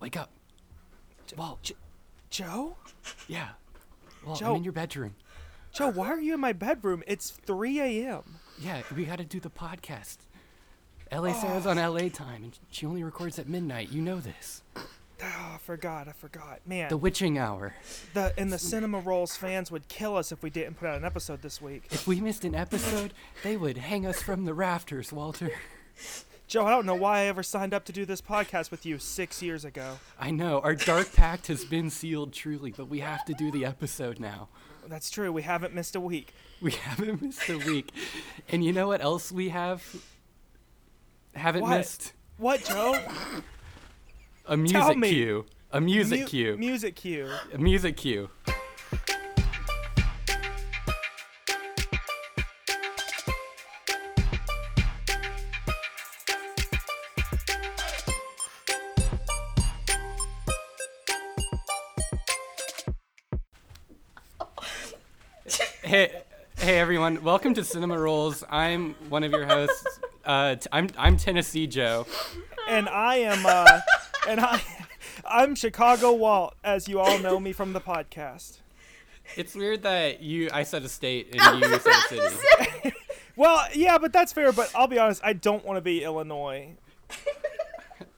wake up. Walt, j- Joe? yeah. Walt, I'm Joe. in your bedroom. Joe, why are you in my bedroom? It's 3 a.m. Yeah, we got to do the podcast. LA Sarah's on LA time, and she only records at midnight. You know this. Oh, I forgot. I forgot. Man, The the, witching hour. and the Cinema Rolls fans would kill us if we didn't put out an episode this week. If we missed an episode, they would hang us from the rafters, Walter. Joe, I don't know why I ever signed up to do this podcast with you six years ago. I know, our dark pact has been sealed truly, but we have to do the episode now. That's true. We haven't missed a week. We haven't missed a week. And you know what else we have? Haven't What? missed? What, Joe? A music me. cue. A music Mu- cue. Music cue. a music cue. Hey, hey everyone! Welcome to Cinema Rolls. I'm one of your hosts. Uh, t- I'm I'm Tennessee Joe. And I am, uh, and I, I'm Chicago Walt, as you all know me from the podcast. It's weird that you I said a state and you said a city. Well, yeah, but that's fair. But I'll be honest, I don't want to be Illinois.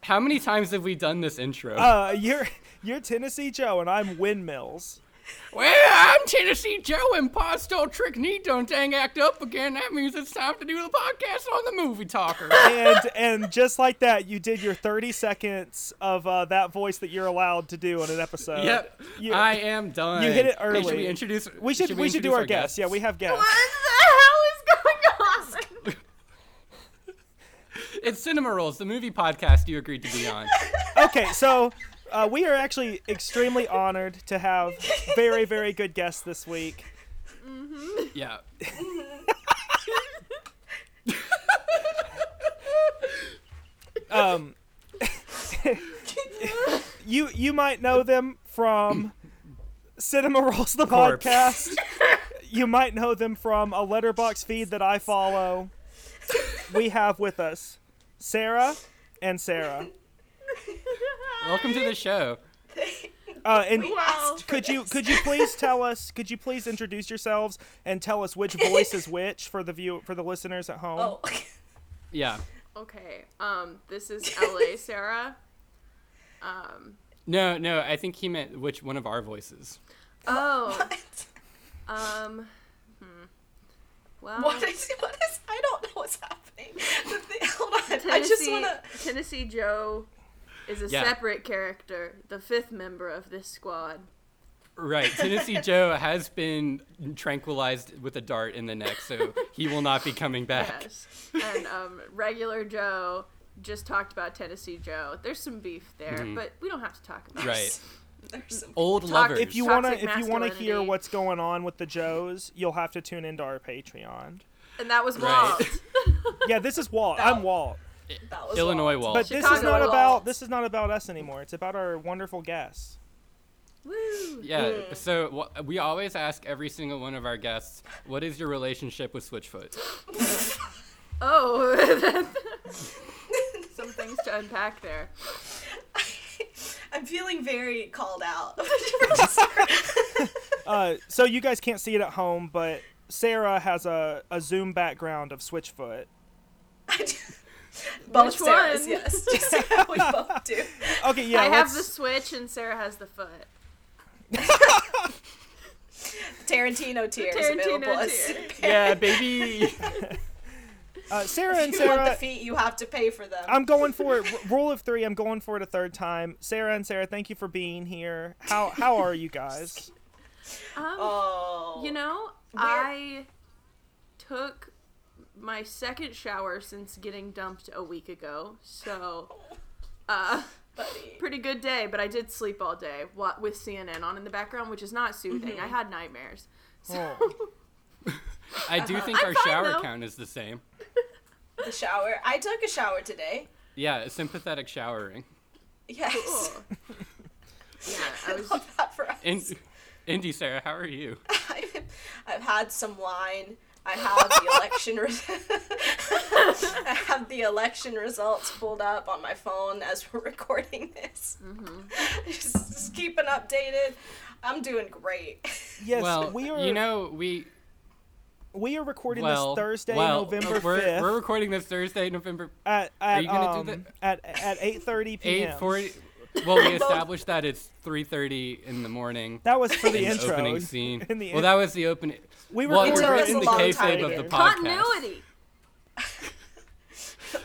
How many times have we done this intro? Uh, you're you're Tennessee Joe, and I'm Windmills. Well, I'm Tennessee Joe, and Podstol Trick Need Don't Dang Act Up again. That means it's time to do the podcast on the Movie Talker. And and just like that, you did your 30 seconds of uh, that voice that you're allowed to do in an episode. yep, You- I am done. you hit it Hey, should early. we introduce? We should, we should do introduce our, guests. Yeah, we have guests. What the hell is going on? It's Cinema Rolls, the movie podcast you agreed to be on. Okay, so uh, we are actually extremely honored to have very very good guests this week. yeah. Um, you you might know them from Cinema Rolls the Corpse. podcast. You might know them from a letterbox feed that I follow. We have with us Sarah and Sarah. Welcome to the show. Uh, and Wow. could you could you please tell us? Could you please introduce yourselves and tell us which voice is which for the view for the listeners at home? Oh. Yeah. Okay. Um, this is LA Sarah. Um, No, no, I think he meant which one of our voices. oh, What? um, hmm. Well, What is, what is, I don't know what's happening. The thing- hold on, Tennessee, I just want to. Tennessee Joe is a Yeah. separate character, the fifth member of this squad. Right, Tennessee Joe has been tranquilized with a dart in the neck, so he will not be coming back. Yes. and um, regular Joe just talked about Tennessee Joe. There's some beef there, but we don't have to talk about it. Mm-hmm. Right. There's some, Old Talk- lovers. if you Toxic wanna if you wanna hear masculinity. what's going on with the Joes, you'll have to tune into our Patreon. And that was Right. Walt. Yeah, this is Walt. No. I'm Walt. that was Illinois wild. Walt. But this is Chicago not Walt. about this is not about us anymore. It's about our wonderful guests. Woo. Yeah. mm. So wh- we always ask every single one of our guests, "What is your relationship with Switchfoot?" Oh, some things to unpack there. I'm feeling very called out. That's Uh, so you guys can't see it at home, but Sarah has a, a Zoom background of Switchfoot. both Which Sarahs, one? yes. Just we both do. Okay, yeah. I have the let's- switch and Sarah has the foot. Tarantino tears available. Tarantino as- tear. yeah, baby. uh, Sarah and If you want the Sarah. feet, you have to pay for them. I'm going for it. R- Rule of three. I'm going for it a third time. Sarah and Sarah, thank you for being here. How how are you guys? Um, oh. You know, Where- I took my second shower since getting dumped a week ago, so uh, buddy. pretty good day. But I did sleep all day wa- with CNN on in the background, which is not soothing. I had nightmares. So Oh. I do think I'm our fine, shower though. count is the same. The shower. I took a shower today. Yeah, sympathetic showering. Yes. cool. yeah, I I was. love that for us. In- Indy Sarah, how are you? I've, I've had some wine. I have the election. Re- I have the election results pulled up on my phone as we're recording this. Mm-hmm. just, just keeping updated. I'm doing great. Yes, well, we are. you know, we we are recording well this Thursday, well, November we're, 5th We're recording this Thursday, November at at you gonna um, do at at 8:30 p.m. eight forty. Well, we established that it's three thirty in the morning. That was for the in intro. opening scene. In the well, in- that was the opening. We well, recorded we're it in a the long time kayfabe of ago. the podcast. Continuity.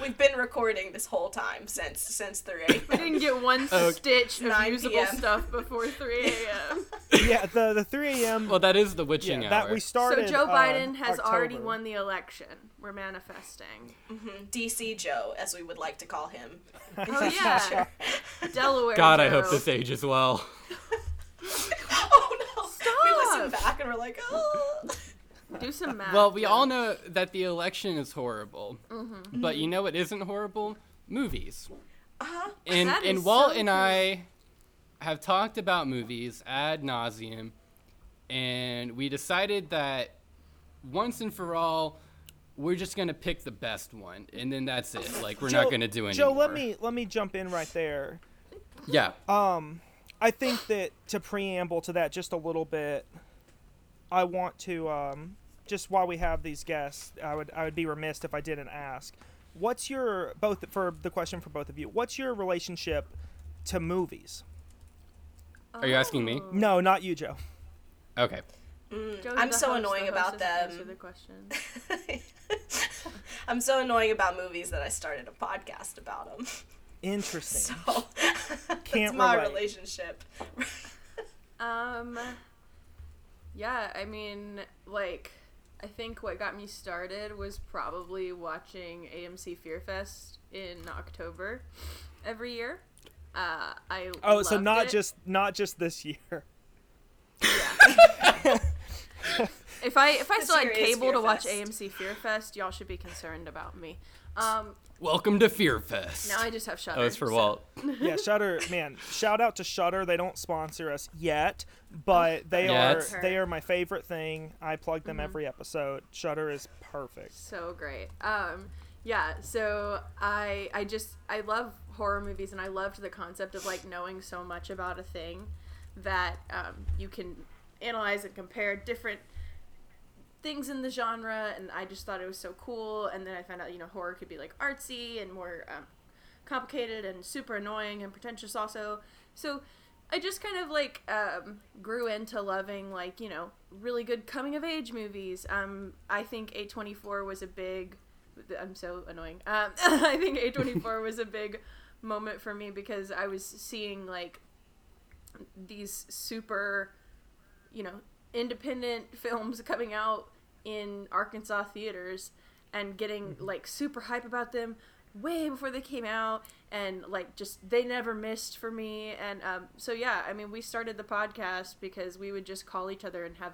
We've been recording this whole time since since 3 I a.m. didn't get one Oh, stitch of 9 usable PM. stuff before 3 a.m. yeah, the the 3 a.m. Well, that is the witching yeah, hour. that we So started. Joe uh, Biden has already October. won the election. We're manifesting. DC Joe, as we would like to call him. Oh yeah, Delaware. God, I Joe. hope this ages well. oh no! We listen Stop. back and we're like, oh. Do some math. Well, we all know that the election is horrible, Mm-hmm. but you know what isn't horrible? Movies. Uh-huh. And That and is Walt so and true. I have talked about movies ad nauseum, and we decided that once and for all, we're just gonna pick the best one, and then that's it. Like we're Joe- not gonna do anything. Joe, let me let me jump in right there. Yeah. I think that to preamble to that just a little bit, I want to um, just while we have these guests, I would I would be remiss if I didn't ask, what's your both for the question for both of you? What's your relationship to movies? Are you asking me? Oh. No, not you, Joe. Okay. Joe, I'm the so host, annoying the about host has to them. answer The question. I'm so annoying about movies that I started a podcast about them. Interesting. So Can't that's my relate. relationship. Um, yeah, I mean, like, I think what got me started was probably watching AMC Fear Fest in October every year. Uh, I Oh, so loved not it. just not just this year. if I if I This still had year is cable to Fear watch Fest. AMC Fear Fest, y'all should be concerned about me. Um, Welcome to Fear Fest. now I just have Shudder. oh, it's for so- Walt. Yeah, Shutter, man. Shout out to Shutter. They don't sponsor us yet, Oh, but they Yet. are they are my favorite thing. I plug Mm-hmm. them every episode. Shutter is perfect. so great. Um, yeah, so I I just I love horror movies and I loved the concept of like knowing so much about a thing that um, you can analyze and compare different things in the genre and I just thought it was so cool and then I found out you know horror could be like artsy and more um, complicated and super annoying and pretentious also so I just kind of like um, grew into loving like you know really good coming of age movies um I think A24 was a big I'm so annoying um, I think A24 was a big moment for me because I was seeing like these super you know, independent films coming out in Arkansas theaters and getting like super hype about them way before they came out and like just they never missed for me and um, so yeah i mean we started the podcast because we would just call each other and have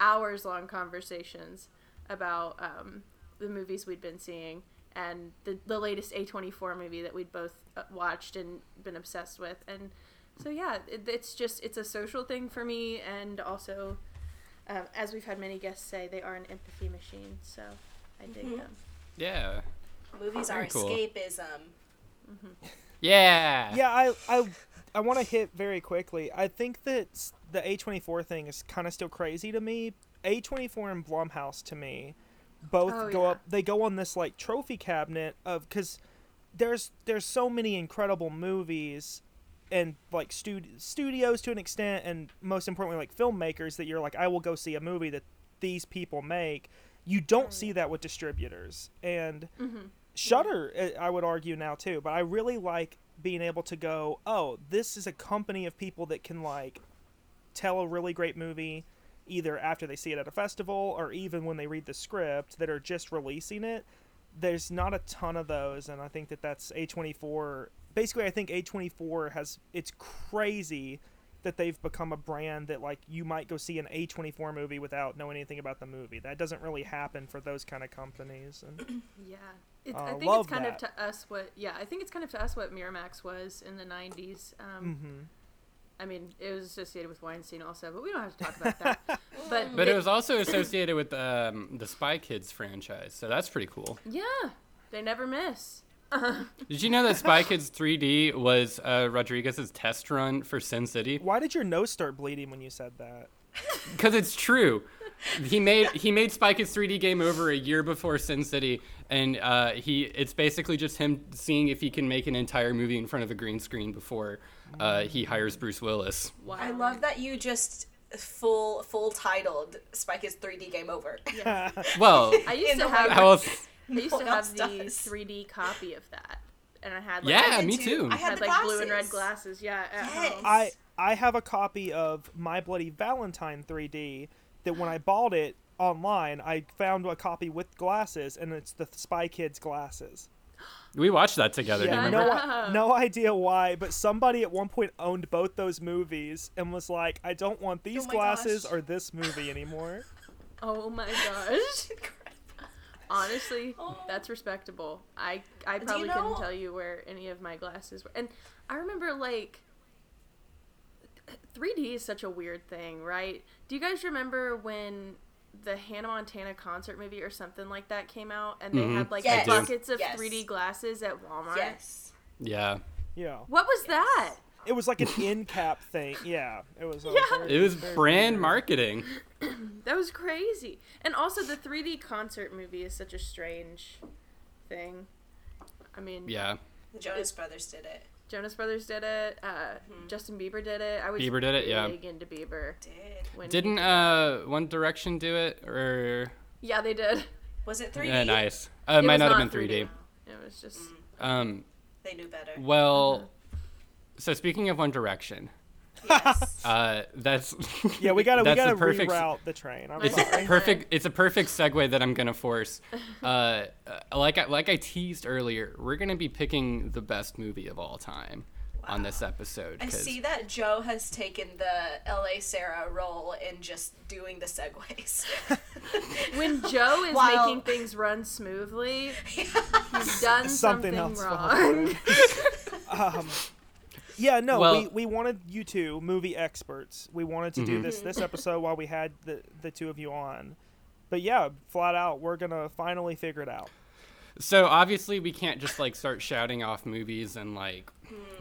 hours long conversations about um, the movies we'd been seeing and the, the latest a24 movie that we'd both uh, watched and been obsessed with and so yeah it, it's just it's a social thing for me and also um, as we've had many guests say they are an empathy machine so i dig them Yeah. Movies Very are cool. escapism. Yeah. yeah i i i want to hit very quickly i think that s- the a24 thing is kind of still crazy to me a24 and blumhouse to me both Oh, go yeah. up they go on this like trophy cabinet of because there's there's so many incredible movies and like stud- studios to an extent and most importantly like filmmakers that you're like i will go see a movie that these people make you don't see that with distributors and Mm-hmm. Shutter, I would argue now too, but I really like being able to go, oh, this is a company of people that can like tell a really great movie either after they see it at a festival or even when they read the script that are just releasing it. There's not a ton of those, and I think that that's A24. Basically, I think A24 has it's crazy that they've become a brand that like you might go see an A24 movie without knowing anything about the movie. That doesn't really happen for those kind of companies. And yeah it's, Oh, i I think love it's kind of that. Mm-hmm. to us what yeah i think it's kind of to us what miramax was in the 90s um, I mean, it was associated with Weinstein also, but we don't have to talk about that. Mm. But but they- it was also associated with um, the Spy Kids franchise, so that's pretty cool. yeah, they never miss. Did you know that Spy Kids 3D was uh, Rodriguez's test run for Sin City? Why did your nose start bleeding when you said that? Because it's true. He made he made Spy Kids 3D game over a year before Sin City, and uh, he it's basically just him seeing if he can make an entire movie in front of a green screen before uh, he hires Bruce Willis. Wow. I love that you just full full titled Spike is 3D game over. Well, I used in to the have. how else? I used to No one else have the does. 3D copy of that, and I had like, Yeah, did me too. too. I had- had the like blue and red glasses. glasses. Yeah. At Yes. home. I I have a copy of My Bloody Valentine 3D that when I bought it online, I found a copy with glasses, and it's the Spy Kids glasses. We watched that together. do you Yeah, remember? no, remember? no idea why, but somebody at one point owned both those movies and was like, "I don't want these my glasses gosh. or this movie anymore." Oh my gosh. Honestly, Oh. that's respectable. I I probably know- couldn't tell you where any of my glasses were. And I remember like 3D is such a weird thing, right? Do you guys remember when the Hannah Montana concert movie or something like that came out and they Mhm. had like Yes. Mm-hmm. I do. buckets of Yes. 3D glasses at Walmart? yes. Yeah. Yeah, What was that? it was like an in cap thing. Yeah, it was. uh, Yeah. very- It was very brand weird. marketing. That was crazy. And also the 3D concert movie is such a strange thing. I mean, Yeah. The Jonas Brothers did it. Jonas Brothers did it. Uh, Justin Bieber did it. I was Bieber did it, big yeah. into Bieber. Did. When Didn't uh, One Direction do it or? yeah, they did. Was it 3D? Yeah, nice. Uh, it might was not have not been 3D. It was just Um, They knew better. well, so speaking of One Direction, Yes. uh, that's Yeah, we gotta we that's the gotta perfect, reroute the train. I'm It's sorry. a perfect. It's a perfect segue that I'm gonna force. Uh, uh, like I like I teased earlier, we're gonna be picking the best movie of all time on this episode. I 'cause- see that Joe has taken the LA Sarah role in just doing the segues. when Joe is While- making things run smoothly, he's done something something, else. wrong. um, yeah, no, Well- we, we wanted you two movie experts. We wanted to do this this episode while we had the the two of you on. But yeah, flat out, we're gonna finally figure it out. So obviously we can't just like start shouting off movies and like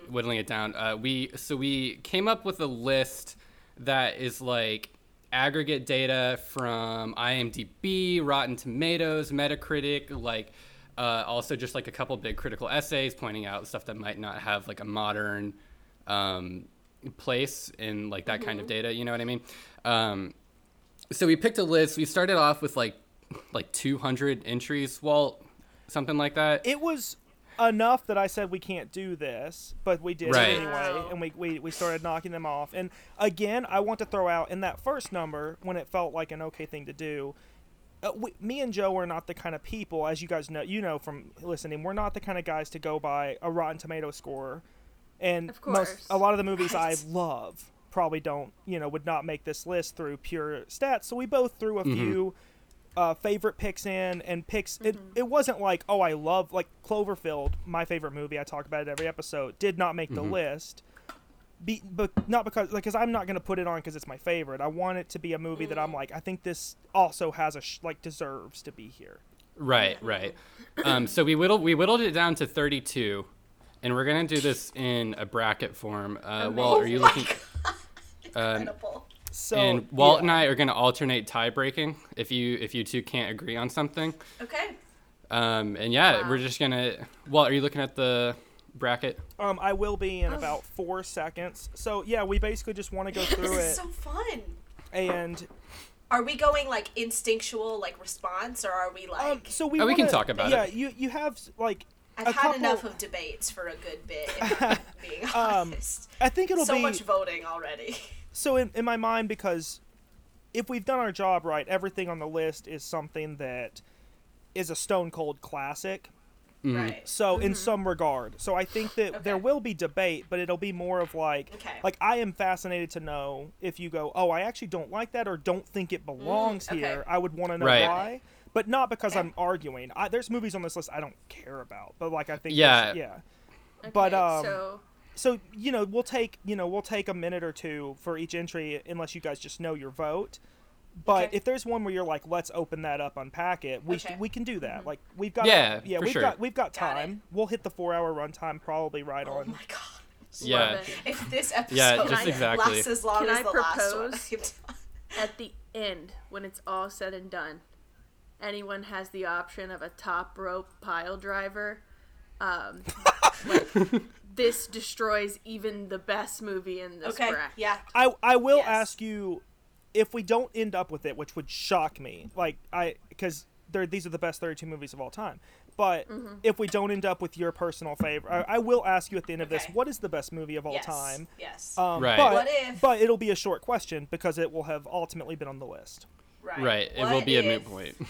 whittling it down. Uh, we so we came up with a list that is like aggregate data from IMDb, Rotten Tomatoes, Metacritic, like uh, also just like a couple big critical essays pointing out stuff that might not have like a modern um, place in like that kind of data. You know what I mean? Um, so we picked a list. We started off with like like 200 entries, Walt, something like that. It was enough that I said we can't do this, but we did Right. it anyway, Wow. and we, we we started knocking them off. And again, I want to throw out in that first number when it felt like an okay thing to do. uh, we, me and Joe are not the kind of people, as you guys know, you know from listening, we're not the kind of guys to go by a Rotten Tomato score, and Of most course. a lot of the movies Right. I love probably don't, you know, would not make this list through pure stats. So we both threw a few uh, favorite picks in, and picks. It Mm-hmm. it wasn't like oh I love like Cloverfield, my favorite movie. I talk about it every episode. Did not make the list. Be, but not because like because I'm not gonna put it on because it's my favorite. I want it to be a movie that Mm-hmm. I'm like I think this also has a sh- like deserves to be here. Right, right. Um, so we whittled we whittled it down to 32, and we're gonna do this in a bracket form. Uh, Walt, are you looking? Incredible. So and Walt yeah. and I are gonna alternate tie breaking if you if you two can't agree on something. Okay. Um, and yeah, Wow. we're just gonna. Walt, are you looking at the bracket? um I will be in about four seconds. So yeah, we basically just want to go through This is it so fun. and Are we going like instinctual, like response, or are we like? um so we Oh, we can wanna- talk about yeah, it. you you have like I've a had couple- enough of debates for a good bit. If I'm being honest, I think it'll so be much voting already. so in, in my mind because if we've done our job right everything on the list is something that is a stone cold classic Mm-hmm. Right. so in some regard so i think that there Mm-hmm. Okay. will be debate but it'll be more of like Okay. like i am fascinated to know if you go oh i actually don't like that or don't think it belongs Mm, okay. here i would want to know Right. why but not because Okay. i'm arguing I, there's movies on this list i don't care about but like i think Yeah. yeah Okay, But, um, so so you know we'll take you know we'll take a minute or two for each entry unless you guys just know your vote but Okay. if there's one where you're like let's open that up unpack it we Okay. Mm-hmm. sh- we can do that like we've got Yeah, yeah for we've sure. got we've got Got it. time we'll hit the four hour runtime probably right Oh on my god. yeah. it. If this episode Yeah, just exactly. lasts as long Can as I the last propose? one, I've done- At the end, when it's all said and done, anyone has the option of a top rope pile driver. Um, like, this destroys even the best movie in this okay, bracket. yeah, I I will Yes. ask you if we don't end up with it, which would shock me. Like I because they're these are the best 32 movies of all time. But Mm-hmm. if we don't end up with your personal favorite, I, I will ask you at the end of this, Okay. what is the best movie of all yes, time? yes, Um, Right. But, What if- but it'll be a short question because it will have ultimately been on the list. right. Right. It will What be a if- midpoint.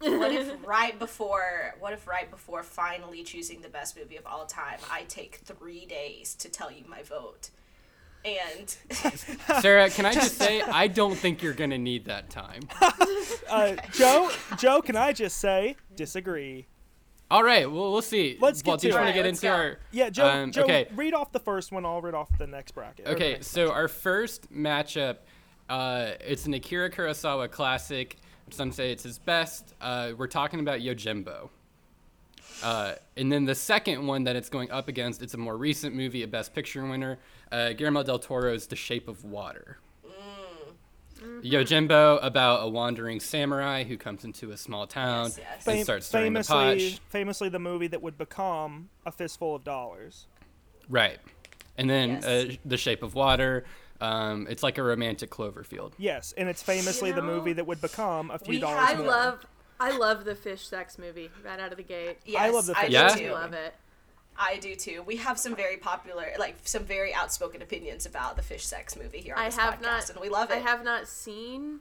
what if right before? What if right before finally choosing the best movie of all time, I take three days to tell you my vote, and Sarah, can I just say I don't think you're gonna need that time. Uh, Joe, Joe, can I just say disagree? All right. Well, we'll see. Let's well, get do you to want it. to get Let's into go. our? Yeah, Joe. um, Joe, okay. read off the first one. I'll read off the next bracket. or the Okay, next so our first matchup, uh, it's an Akira Kurosawa classic. Some say it's his best. Uh, we're talking about Yojimbo. Uh, and then the second one that it's going up against, it's a more recent movie, a Best Picture winner, uh, Guillermo del Toro's The Shape of Water. Mm. Mm-hmm. Yojimbo about a wandering samurai who comes into a small town Yes, yes. and Fam- starts stirring the famously, pot. famously the movie that would become a fistful of dollars. Right. And then Yes. uh, The Shape of Water. Um, it's like a romantic Cloverfield. Yes, and it's famously You the know, movie that would become a few we dollars. I have- more. love, I love the fish sex movie right out of the gate. yes, love the I thing. do Yeah? I too. love it. I do too. We have some very popular, like some very outspoken opinions about the fish sex movie here on I this have podcast, not. and we love it. I have not seen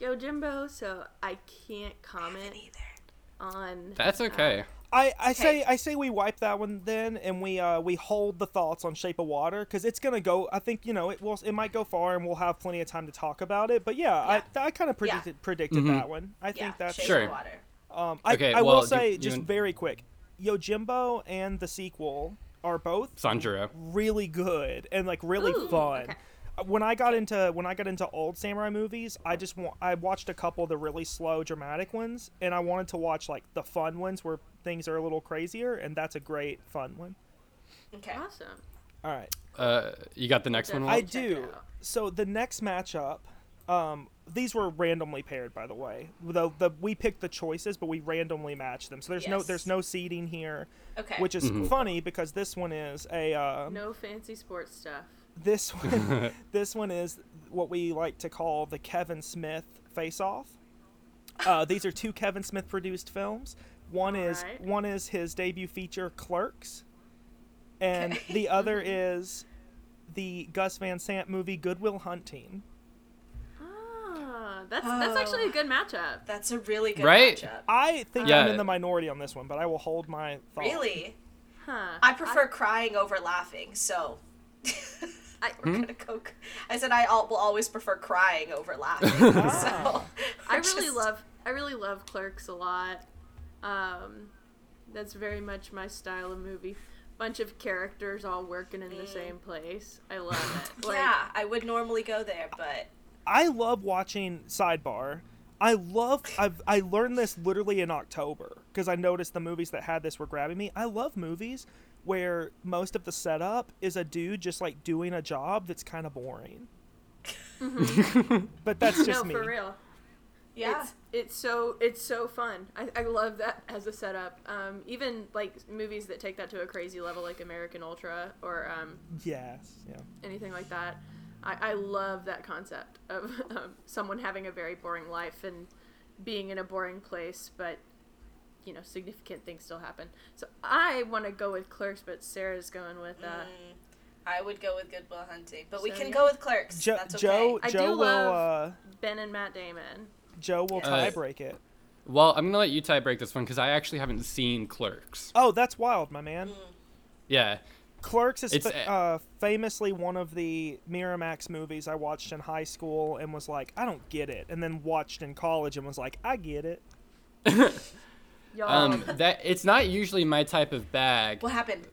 Yojimbo, so I can't comment either. on. That's okay. I, I say Okay. I say we wipe that one then, and we uh, we hold the thoughts on Shape of Water because it's gonna go. I think you know it will. It might go far, and we'll have plenty of time to talk about it. But yeah, I, I kind of predicted predicted that one. I Yeah, think that's Shape of Mm-hmm. Sure. Water. Um, I, Okay, I well, will do- say you just and- very quick, Yojimbo and the sequel are both Sanjuro. really good and like really Ooh, fun. okay. Uh, When I got into when I got into old samurai movies, I just wa- I watched a couple of the really slow dramatic ones, and I wanted to watch like the fun ones where things are a little crazier, and that's a great fun one. Okay. Awesome. All right, Uh, you got the next one. Definitely. I Walt? check it do. out. So the next matchup, um, these were randomly paired, by the way. The, the we picked the choices, but we randomly matched them. So there's no Yes. there's no seeding here, Okay. which is funny because this one is a uh, No fancy sports stuff. this one this one is what we like to call the Kevin Smith face off. Uh, these are two Kevin Smith produced films. One is Alright. one is his debut feature Clerks, and the other is the Gus Van Sant movie Goodwill Hunting. Ah, that's that's actually a Oh. good matchup. that's a really good Right? matchup. I think I'm Yeah. in the minority on this one, but I will hold my thought. Really, Huh. I prefer crying over laughing. So I, we're Hmm? gonna go. c- I said I al- will always prefer crying over laughing. so I we're really just- love I really love Clerks a lot. Um, that's very much my style of movie. Bunch of characters all working in the same place. I love it. Like, Mm. yeah, I would normally go there, but I love watching sidebar. I love. I've I learned this literally in October because I noticed the movies that had this were grabbing me. I love movies where most of the setup is a dude just like doing a job that's kind of boring. but that's No, just me. for real. yeah, It's, it's so it's so fun. I, I love that as a setup. Um, even like movies that take that to a crazy level, like American Ultra or um, Yes. Yeah. anything like that. I, I love that concept of um, someone having a very boring life and being in a boring place, but you know, significant things still happen. So I want to go with Clerks, but Sarah's going with. Uh, Mm. I would go with Goodwill Hunting, but we So, can yeah. go with Clerks. Jo- that's okay. Joe. I Joe do will. love- Uh, Ben and Matt Damon. Joe will Uh, tie break it. Well, I'm gonna let you tie break this one because I actually haven't seen Clerks. Oh, that's wild, my man. Yeah, Clerks is It's fa- a- uh, famously one of the Miramax movies I watched in high school and was like, I don't get it, and then watched in college and was like, I get it. Y'all, um, that it's not usually my type of bag. What happened?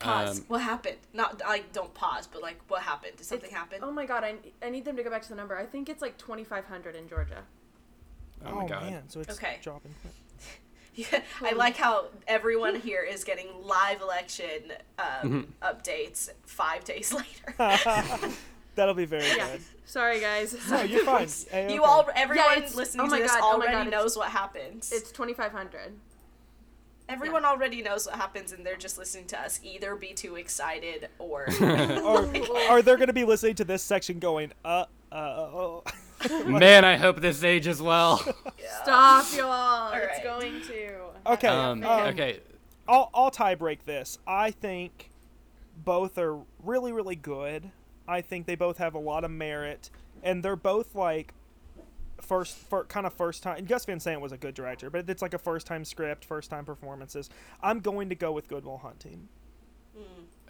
Pause. Um, what happened? Not like don't pause, but like what happened? Did something It's- happen? Oh my god, I, I need them to go back to the number. I think it's like 2,500 in Georgia. Oh my god. man, so it's Okay. dropping. Yeah, oh. I like how everyone here is getting live election Mm-hmm. um, updates five days later. That'll be very Yeah. good. Sorry, guys. No, you're fine. A-okay. you all, everyone it's- listening to oh my this God, oh my already God, it's- knows what happens. It's 2,500. everyone already knows what happens, and they're just listening to us either be too excited or Or are they going to be listening to this section going, uh, uh, oh. Man, I hope this ages well. Stop, y'all. all It's right. going to. Okay. Um, um, okay. I'll, I'll tie break this. I think both are really, really good. I think they both have a lot of merit, and they're both like first, for, kind of first time. Gus Van Sant was a good director, but it's like a first time script, first time performances. I'm going to go with Goodwill Hunting.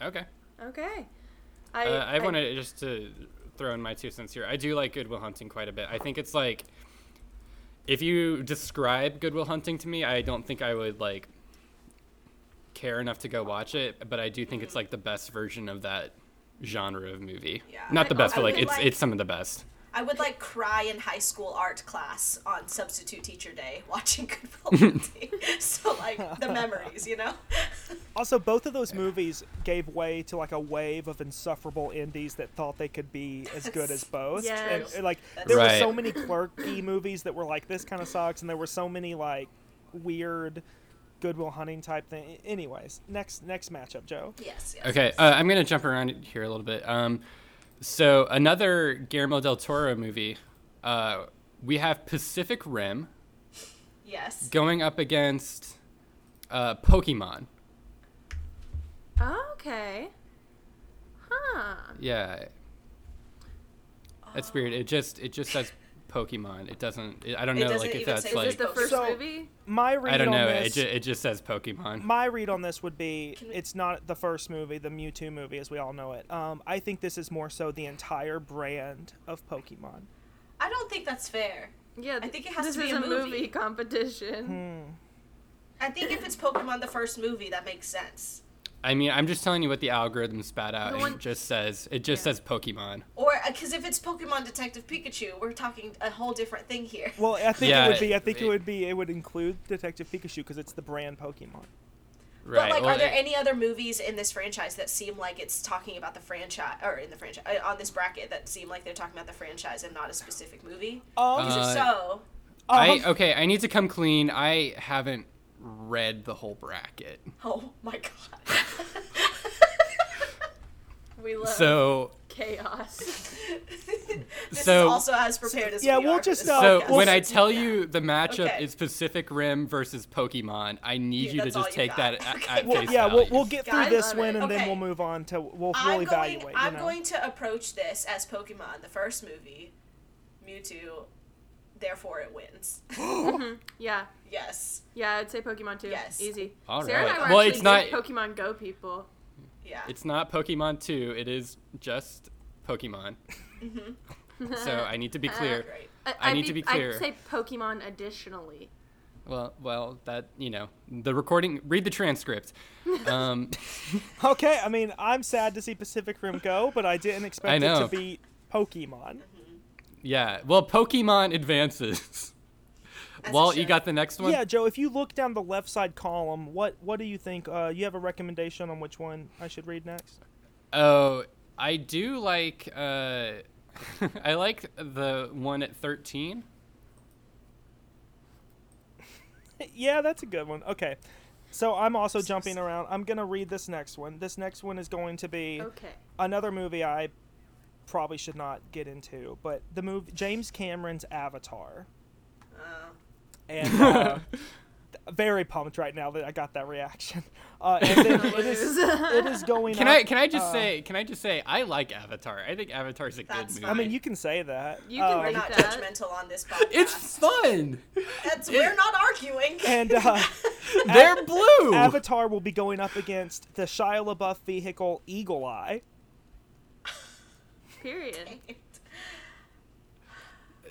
Okay. Okay. I, Uh, I wanted just to throw in my two cents here. I do like Goodwill Hunting quite a bit. I think it's like if you describe Goodwill Hunting to me, I don't think I would like care enough to go watch it, but I do think it's like the best version of that genre of movie. Yeah. Not the I- best, I but like would it's like- it's some of the best. I would like cry in high school art class on substitute teacher day watching Good Will Hunting. so like the memories, you know. Also, both of those movies gave way to like a wave of insufferable indies that thought they could be as good as both. And, Yes. and, like there were Right. so many clerky movies that were like this kind of sucks, and there were so many like weird Goodwill Hunting type thing. Anyways, next next matchup, Joe. Yes. yes. Okay, uh, I'm gonna jump around here a little bit. Um, so another Guillermo del Toro movie. Uh, we have Pacific Rim Yes. going up against uh, Pokemon. Okay. Huh. Yeah, that's weird. It just it just says Pokemon. It doesn't. It, I don't Oh. It know doesn't like if even say- that's is Is this like the first So- movie? My read I don't on know. It this. ju- it just says Pokemon. my read on this would be we- it's not the first movie, the Mewtwo movie, as we all know it. Um, I think this is more so the entire brand of Pokemon. I don't think that's fair. Yeah. I think it has this to be is a movie, movie. competition. I think if it's Pokemon the first movie, that makes sense. I mean, I'm just telling you what the algorithm spat out. The and one- it just says it just Yeah. says Pokemon. Or because if it's Pokemon Detective Pikachu, we're talking a whole different thing here. Well, I think it Yeah, would be. I think it, it- would be. It would include Detective Pikachu because it's the brand Pokemon. Right. But like, well, are there it- any other movies in this franchise that seem like it's talking about the franchise, or in the franchise uh, on this bracket that seem like they're talking about the franchise and not a specific movie? Um, Because Uh, if so, I um, okay. I need to come clean. I haven't read the whole bracket, oh my god. Hmm. We love so chaos. this So- is also as prepared as yeah, we we'll are for just, this uh, so podcast. we'll when I s- tell you the matchup Okay. is Pacific Rim versus Pokemon, I need Yeah, you to that's all just you take got. that at, Okay. at Well, face yeah, we'll, value. we'll get through Guys, this love one it. and then Okay. we'll move on to we'll, I'm we'll going. evaluate. you I'm know? going to approach this as Pokemon, the first movie, Mewtwo. Therefore, it wins. yeah. yes. Yeah, I'd say Pokemon too. Yes. Easy. All Sarah and right. I were Well, actually it's not- big Pokemon Go people. Yeah. It's not Pokemon 2, it is just Pokemon. Mm-hmm. so I need to be clear. Great. I I'd need to be clear. I'd say Pokemon additionally. Well, well, that, you know, the recording, read the transcript. Um, Okay, I mean, I'm sad to see Pacific Rim go, but I didn't expect I it to know. be Pokemon. yeah, well, Pokemon advances. it Walt, you should. got the next one? Yeah, Joe, if you look down the left side column, what what do you think? Uh, you have a recommendation on which one I should read next? Oh, I do like, uh, I like the one at 13. Yeah, that's a good one. Okay. So I'm also jumping around. I'm going to read this next one. This next one is going to be Okay. another movie I probably should not get into, but the movie James Cameron's Avatar. Uh, And uh, very pumped right now that I got that reaction. Uh, and then it is it is going Can up, I, can I just uh, say, can I just say, I like Avatar. I think Avatar's a good That's movie. fine. I mean, you can say that. You can we're read um, not that. judgmental on this podcast. it's fun. That's, we're not arguing. and uh, They're blue. Avatar will be going up against the Shia LaBeouf vehicle Eagle Eye. Period.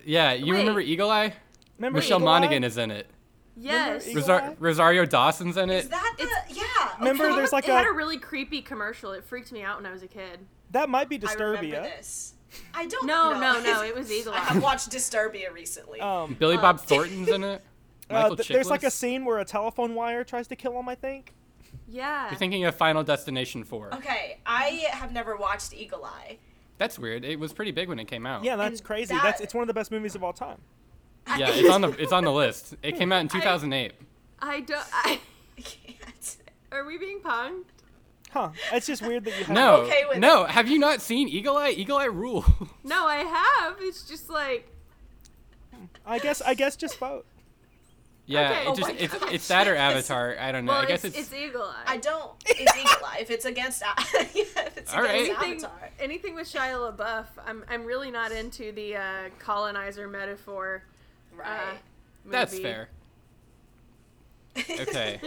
yeah, you Wait. remember Eagle Eye? Remember Michelle Eagle Eye? Monaghan is in it. Yes. Eagle Rosar- Eye? Rosario Dawson's in Is it. that the yeah? remember there's like it had a a really creepy commercial. It freaked me out when I was a kid. that might be I remember Disturbia. this. I don't No, know. no, no, it was Eagle I Eye. have watched Disturbia recently. Um, Billy Bob Thornton's in it. uh, Michael th- there's like a Chiklis? scene where a telephone wire tries to kill him. I think. Yeah. You're thinking of Final Destination 4. okay, I have never watched Eagle Eye. That's weird. It was pretty big when it came out. Yeah, that's And crazy. that- That's it's one of the best movies of all time. Yeah, it's on the it's on the list. It came out in 2008. I don't. I, I can't. are we being punked? Huh? It's just weird that you have no, okay with no. Have you not seen Eagle Eye? Eagle Eye rule. No, I have. It's just like I guess I guess just vote. yeah, Okay. it Oh just my it's, gosh. it's that or Avatar. I don't know. well, I guess it's, it's, it's Eagle Eye. I don't. It's Eagle Eye. If it's against, yeah, if it's All against right. anything, Avatar. anything with Shia LaBeouf, I'm I'm really not into the uh, colonizer metaphor. Uh, Right. movie. that's fair. Okay.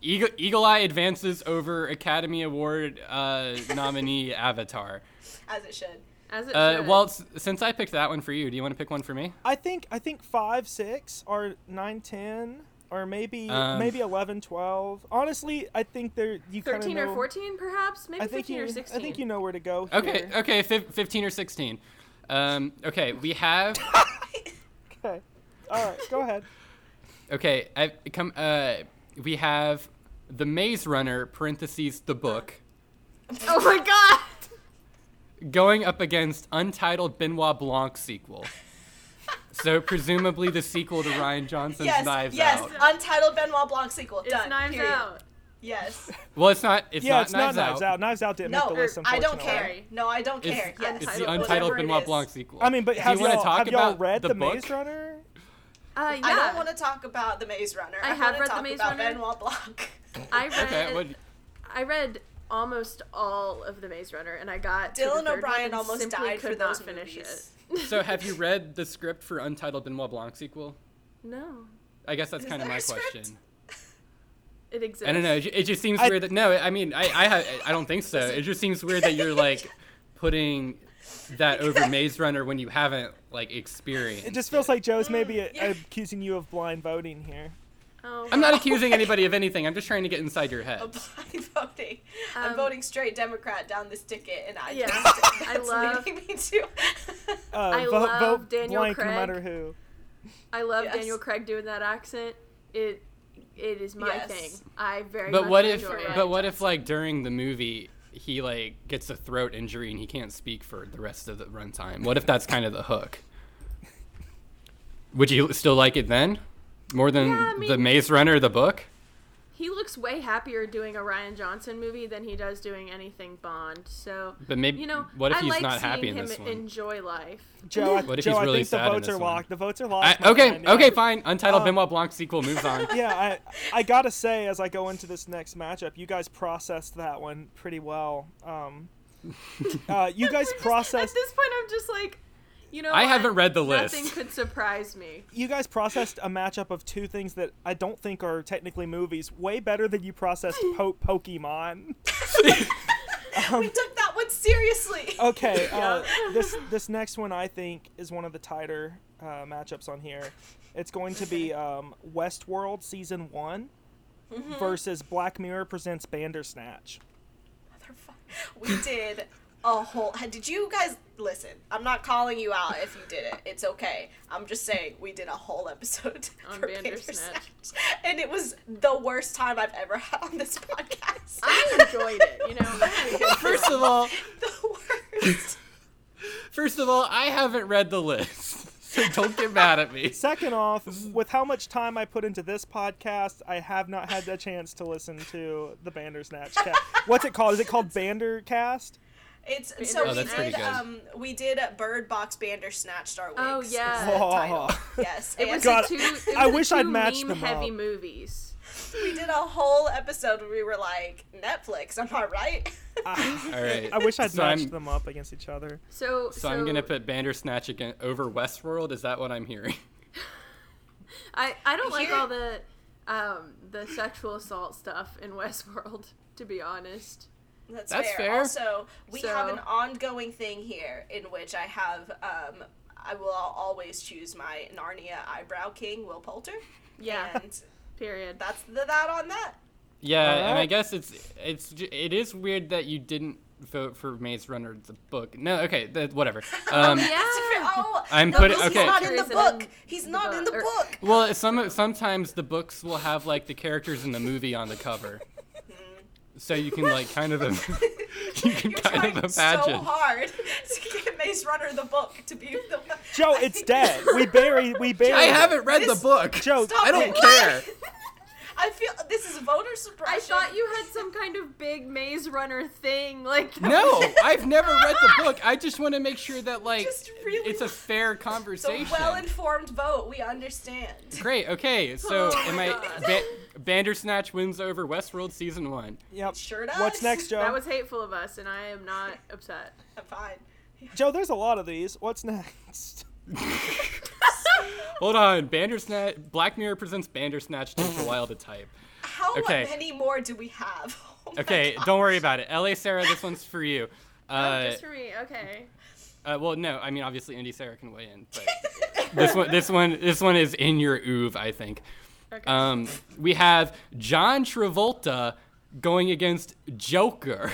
Eagle, Eagle Eye advances over Academy Award uh, nominee Avatar. As it should. As it Uh, should. well, s- since I picked that one for you, do you want to pick one for me? I think I think five, six, or nine, ten, or maybe Um, maybe 11, 12. Honestly, I think they're you kind of thirteen or fourteen, perhaps, maybe I think fifteen you, or sixteen. I think you know where to go. Okay, here. okay, fif- 15 or 16. Um, okay, we have Okay. All right. Go ahead. Okay, I come. Uh, we have the Maze Runner (parentheses the book) Oh my god! going up against untitled Benoit Blanc sequel. so presumably the sequel to Ryan Johnson's yes. Knives yes. Out. Untitled Benoit Blanc sequel. It's Done. Knives period. Out. Yes. Well, it's not. It's Yeah, not, it's Knives, not Knives Out. Out. Knives Out didn't No, make the list. or I Unfortunately. don't care. No, I don't It's, care. yes. it's the Untitled- untitled whatever it Benoit is. Blanc sequel. I mean, but do have you want to all talk have about y'all read the, the, book? Maze Runner? Uh, yeah. I don't want to talk about the Maze Runner. I I, have want read to The talk Maze about Runner. Benoit Blanc. I read. Okay, what, I read almost all of the Maze Runner, and I got to the Dylan third one O'Brien and almost simply died could for those not finish movies. it. so have you read the script for untitled Benoit Blanc sequel? No, I guess that's Is kind of there my a script? question. it exists. I don't know. It, ju- it just seems I- weird that no. I mean, I I, ha- I don't think so. It just seems weird that you're like putting that over Maze Runner when you haven't like experienced. It just feels like Joe's maybe Mm, a, yeah. accusing you of blind voting here. Oh, I'm not accusing anybody of anything. I'm just trying to get inside your head. I'm blind voting. I'm Um, voting straight Democrat down this ticket, and I Yeah. just I that's love- leading me to. Uh, I vote, love vote Daniel blank, no Craig. matter who. I love Yes. Daniel Craig doing that accent. It it is my Yes. thing. I very But much what if? enjoy it. But what if like during the movie he like gets a throat injury and he can't speak for the rest of the runtime? What if that's kind of the hook? Would you still like it then, more than Yeah, I mean- the Maze Runner the book? he looks way happier doing a Ryan Johnson movie than he does doing anything Bond. So But maybe you know, what if I he's like not seeing happy in him this one? enjoy life. Joe, I, What if Joe, he's I really think the sad in votes this are one? locked. The votes are I, locked. my okay, friend. okay, fine. Untitled Uh, Benoit Blanc sequel moves on. yeah, I I gotta say, as I go into this next matchup, you guys processed that one pretty well. Um, uh, you guys At processed this point, I'm just like, you know, I what? haven't read the list. Nothing could surprise me. you guys processed a matchup of two things that I don't think are technically movies way better than you processed po- Pokemon. we took that one seriously. Okay, uh, this this next one I think is one of the tighter uh, matchups on here. It's going to be um, Westworld season one versus Black Mirror presents Bandersnatch. Motherfucker. We did a whole. Did you guys listen? I'm not calling you out if you did it. It's okay. I'm just saying we did a whole episode On for Bandersnatch. Bandersnatch, and it was the worst time I've ever had on this podcast. I enjoyed it. You know, First of all, the worst. first of all, I haven't read the list, so don't get mad at me. Second off, with how much time I put into this podcast, I have not had the chance to listen to the Bandersnatch cast. What's it called? Is it called Bandercast? It's so Oh, we that's pretty did good. um we did a Bird Box Bandersnatch Star Wars. Oh, yeah. the title. Oh. Yes, it was and God, the two. It I was the wish I'd two matched them meme-heavy up. movies. we did a whole episode where we were like Netflix. Am I right? I, All right. I wish I'd so matched I'm, them up against each other. So, So, I'm gonna put Bandersnatch again over Westworld. Is that what I'm hearing? I I don't like Here- all the um the sexual assault stuff in Westworld. To be honest, That's, That's fair. fair. Also, we So- have an ongoing thing here in which I have um I will always choose my Narnia eyebrow king, Will Poulter. yeah. And period. that's the that on that. Yeah, and I Alright. guess it's it's j- it is weird that you didn't vote for Maze Runner the book. No, okay, that, whatever. Um, Yeah. Oh, I'm no, putting- he's okay. not in the Is it book. in He's the not in the book? Or- book. Well, some sometimes the books will have like the characters in the movie on the cover, so you can like kind of you can You're kind trying of so imagine. hard to get Maze Runner the book to be the one. Joe, it's dead. We buried. We buried. I it. haven't read This- the book. Joe, Stop I don't it. care. I feel this is voter I suppression. thought you had some kind of big Maze Runner thing. Like No, I've never read the book. I just want to make sure that like Just really- it's a fair It's a conversation. well-informed vote. We understand. Great. Okay. So Oh am my I God. ba- Bandersnatch wins over Westworld season 1. Yep. Sure does. What's next, Joe? that was hateful of us, and I am not upset. Fine. Joe, there's a lot of these. What's next? Hold on. Bandersnatch Black Mirror presents Bandersnatch takes a while to type. How Okay. many more do we have? Oh my Okay, God. don't worry about it. LA Sarah, this one's for you. Uh, Just for me, okay. uh, well, no, I mean obviously Indy Sarah can weigh in, but this one, this one, this one is in your oove, I think. Okay. Um, we have John Travolta going against Joker.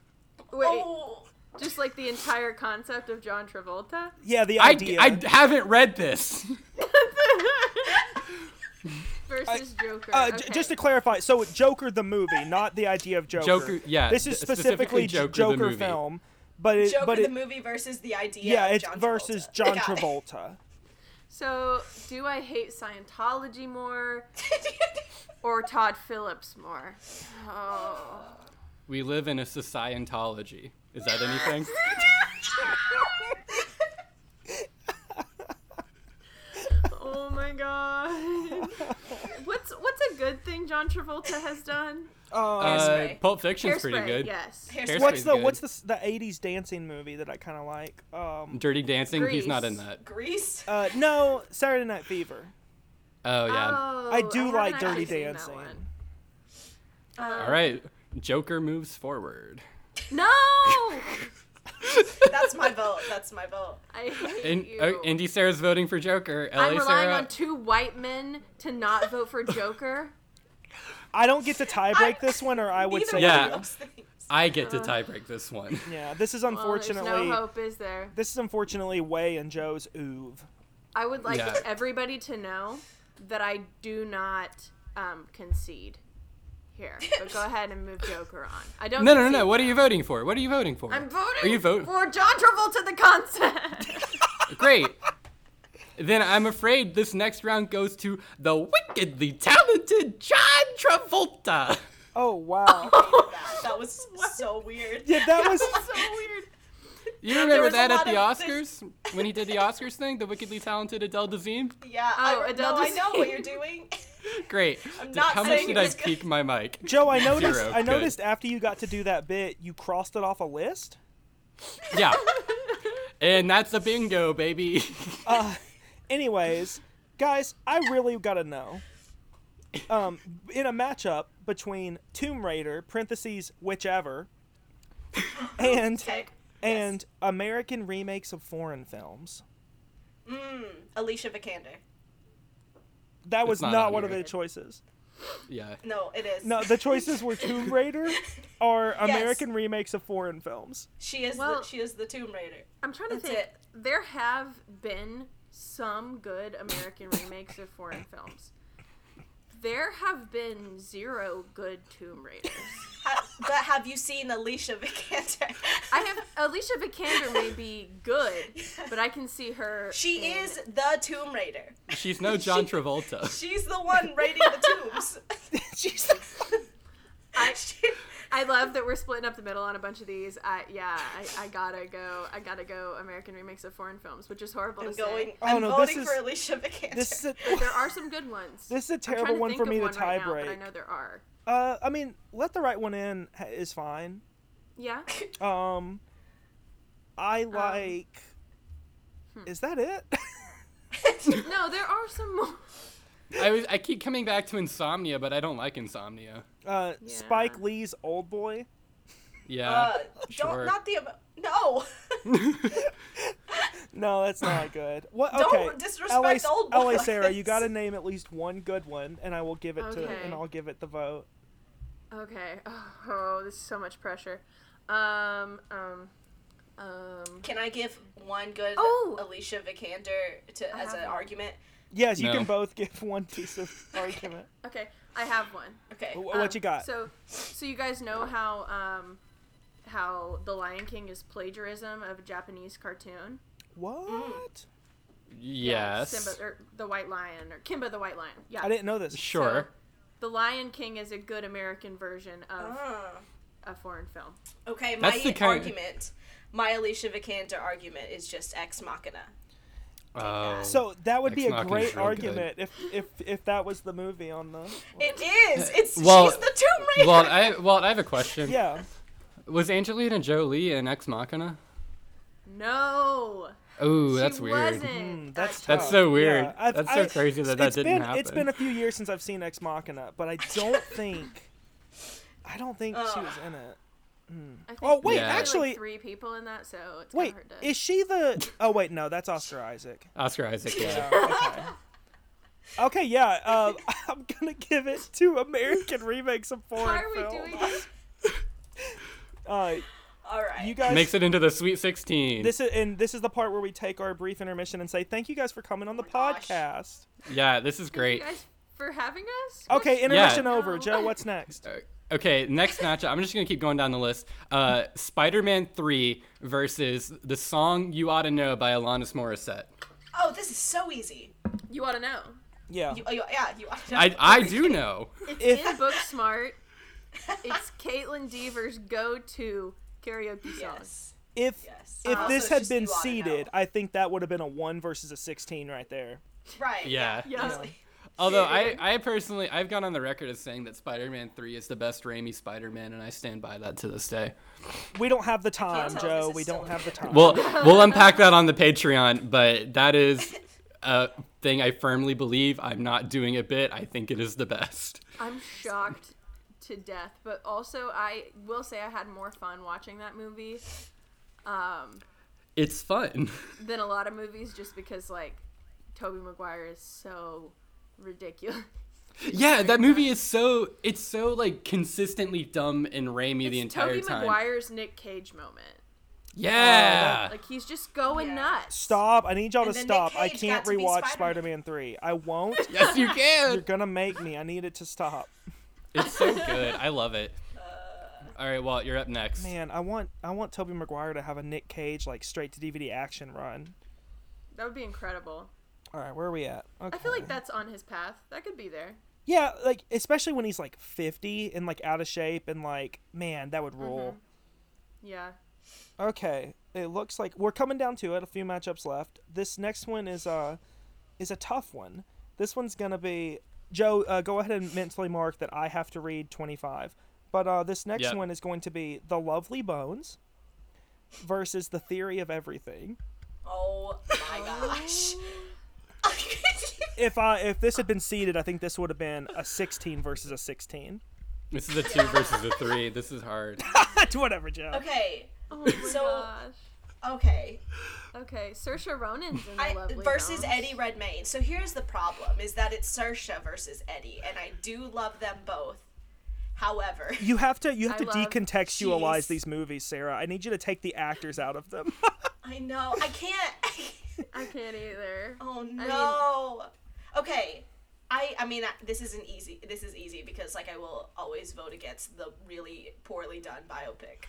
Wait, Oh, just like the entire concept of John Travolta. Yeah, the I, idea. I haven't read this. Versus Joker. uh, j- okay. just to clarify, so Joker the movie, not the idea of Joker. Joker, yeah, This is specifically specifically, Joker the Joker, movie. film, but it, Joker but the it, movie versus the idea. yeah, of it's John versus Travolta. John Got it. Travolta. So, do I hate Scientology more or Todd Phillips more? Oh. We live in a Scientology. Is that anything? Oh my god. What's what's a good thing John Travolta has done? Uh, uh, Hairspray. Pulp Fiction's Hairspray, pretty good. Yes. Here's- Hairspray. what's the good. what's the s- the '80s dancing movie that I kind of like? Um, Dirty Dancing. He's not in Grease. that. Grease. uh, no, Saturday Night Fever. Oh yeah. Oh, I do haven't like actually Dirty seen that Dancing. one. Oh. All right. Joker moves forward. No! That's my vote. That's my vote. I hate In, you. oh, Indy Sarah's voting for Joker. LA I'm relying Sarah. on two white men to not vote for Joker. I don't get to tie break this one, or I would Neither say Yeah. one you. of those things. I get to tiebreak this one. yeah. This is Well, there's unfortunately no hope, is there? this is unfortunately Way and Joe's oove. I would like Yeah. everybody to know that I do not um, concede here. But go ahead and move Joker on. I don't. No, no, no, no. concede. What are you voting for? What are you voting for? I'm voting. Are you voting? for John Travolta the concept? Great. Then I'm afraid this next round goes to the wickedly talented John Travolta. Oh wow. That, that was so weird. yeah, that was so weird. You remember was a that at lot the of- Oscars when he did the Oscars thing, the wickedly talented Adele Dazeem? Yeah. I, Oh, re- Adele no, I know what Dazeem. you're doing. Great. Did- not How much saying did it I was good. peak my mic? Joe. I noticed. Zero. I Good. noticed after you got to do that bit, you crossed it off a list. Yeah. And that's a bingo, baby. Anyways, guys, I really gotta know. Um, in a matchup between Tomb Raider (parentheses whichever) and Okay. and American remakes of foreign films, Alicia Vikander. that was not not, on one of here. the choices. Yeah. No, it is. No, the choices were Tomb Raider or American remakes of foreign films. She is Well- the she is the Tomb Raider. I'm trying to That's think. it. There have been some good American remakes of foreign films. There have been zero good Tomb Raiders. Ha- but have you seen Alicia Vikander? I have Alicia Vikander may be good, but I can see her. she in- is the Tomb Raider. She's no John Travolta. She's the one raiding the tombs. Jeez. I, She- I love that we're splitting up the middle on a bunch of these. I yeah, I, I gotta go. I gotta go. American remakes of foreign films, which is horrible I'm to going. say. Oh, I'm no, this voting is- for Alicia Vikander. This is a, There are some good ones. this is a I'm trying terrible to one think for of me to one tie right now, break. but I know there are. Uh, I mean, let the right one in ha- is fine. Yeah. Um, Um, I like. hmm. Is that it? No, there are some more. I was I keep coming back to Insomnia, but I don't like Insomnia. uh, Yeah. Spike Lee's Old Boy. Yeah. uh, sure. Don't not the no. No, that's not good. What? Don't Okay. disrespect LA, Old Boy LA like Sarah, you this. got to name at least one good one, and I will give it to, Okay. and I'll give it the vote. Okay. Oh, oh, this is so much pressure. Um, um, um. Can I give one good Oh! Alicia Vikander to I as have an one. argument? Yes, you No. can both give one piece of argument. Okay, I have one. Okay. Wh- what Um, you got? So, so you guys know how um, how The Lion King is plagiarism of a Japanese cartoon. what? Yeah, Yes. Simba or the White Lion or Kimba the White Lion. Yeah. I didn't know this. sure. The Lion King is a good American version of Ah. a foreign film. Okay, my That's the kind- argument, my Alicia Vikander argument is just ex machina. Oh. So that would be Ex a Machina's great real good. argument if, if if that was the movie on the It is. It's well- she's the Tomb Raider. Walt, I Walt, I have a question. yeah. Was Angelina Jolie in Ex Machina? No, Oh, she that's weird. wasn't. Mm, that's That's Actually, tough. so weird. Yeah, I've- that's so I- crazy that that it's didn't been, happen. It's been a few years since I've seen Ex Machina, but I don't think I don't think she was Oh, in it. I think Oh, wait, there's only, actually- like three people in that, so it's kind Wait, of hard to. is she the? Oh wait, no, that's Oscar Isaac. Oscar Isaac. Yeah. Yeah, okay. okay, yeah. Uh, I'm gonna give it to American remakes of foreign Why are we films. doing this? Uh, All right. you guys, Makes it into the Sweet 16. this is and this is the part where we take our brief intermission and say thank you guys for coming Oh on the gosh. podcast. yeah, this is Thank great. you guys for having us. Okay, intermission No. over. Joe, what's next? Uh, Okay, next matchup. I'm just gonna keep going down the list. Uh, Spider-Man 3 versus the song "You Oughta Know" by Alanis Morissette. oh, this is so easy. You ought to know. Yeah. You, oh, you, yeah, you. I I do know. It's If- in Booksmart. It's Caitlin Deaver's go-to karaoke song. Yes. If Yes. if Also, this it's had just been you oughta seeded, know. I think that would have been a one versus a sixteen right there. right? Yeah. Yeah. Although I, I personally I've gone on the record as saying that Spider-Man 3 is the best Raimi Spider-Man, and I stand by that to this day. We don't have the time, tell if Joe. this is We still don't in have the it. time. Well, we'll unpack that on the Patreon, but that is a thing I firmly believe. I'm not doing a bit. I think it is the best. I'm shocked to death, but also I will say I had more fun watching that movie um, It's fun. than a lot of movies, just because like Toby Maguire is so ridiculous. Yeah, that movie is so it's so like consistently dumb and Raimi the It's entire Toby time. Maguire's Nick Cage moment. Oh, Yeah. Like he's just going Yeah. nuts. Stop! I need y'all to And then Nick stop. I Cage can't got to be rewatch Spider-Man. Spider-Man Three. I won't. yes, you You're can. gonna make me. I need it to stop. it's so good. I love it. Uh. All right, Walt, you're up next. Man, I want I want Toby Maguire to have a Nick Cage like straight to DVD action run. That would be incredible. All right, where are we at? Okay. I feel like that's on his path. That could be there. yeah, like especially when he's like 50 and like out of shape and like man, that would Mm-hmm. rule. Yeah. Okay, it looks like we're coming down to it. A few matchups left. This next one is uh is a tough one. This one's gonna be Joe. Uh, go ahead and mentally mark that I have to read 25. But uh, this next Yep. one is going to be the Lovely Bones versus the Theory of Everything. Oh my gosh. if I if this had been seeded, I think this would have been a 16 versus a 16. This is a two versus a three. This is hard. Whatever, Joe. okay. Oh my So- gosh. Okay. Okay, Saoirse Ronan's in the I, lovely versus Bones. Eddie Redmayne. So here's the problem: is that it's Sersha versus Eddie, and I do love them both. However, You have to you have to I love decontextualize cheese. these movies, Sarah. I need you to take the actors out of them. I know I can't. I can't either. Oh no. okay. I I mean I, this isn't easy. This is easy because like I will always vote against the really poorly done biopic.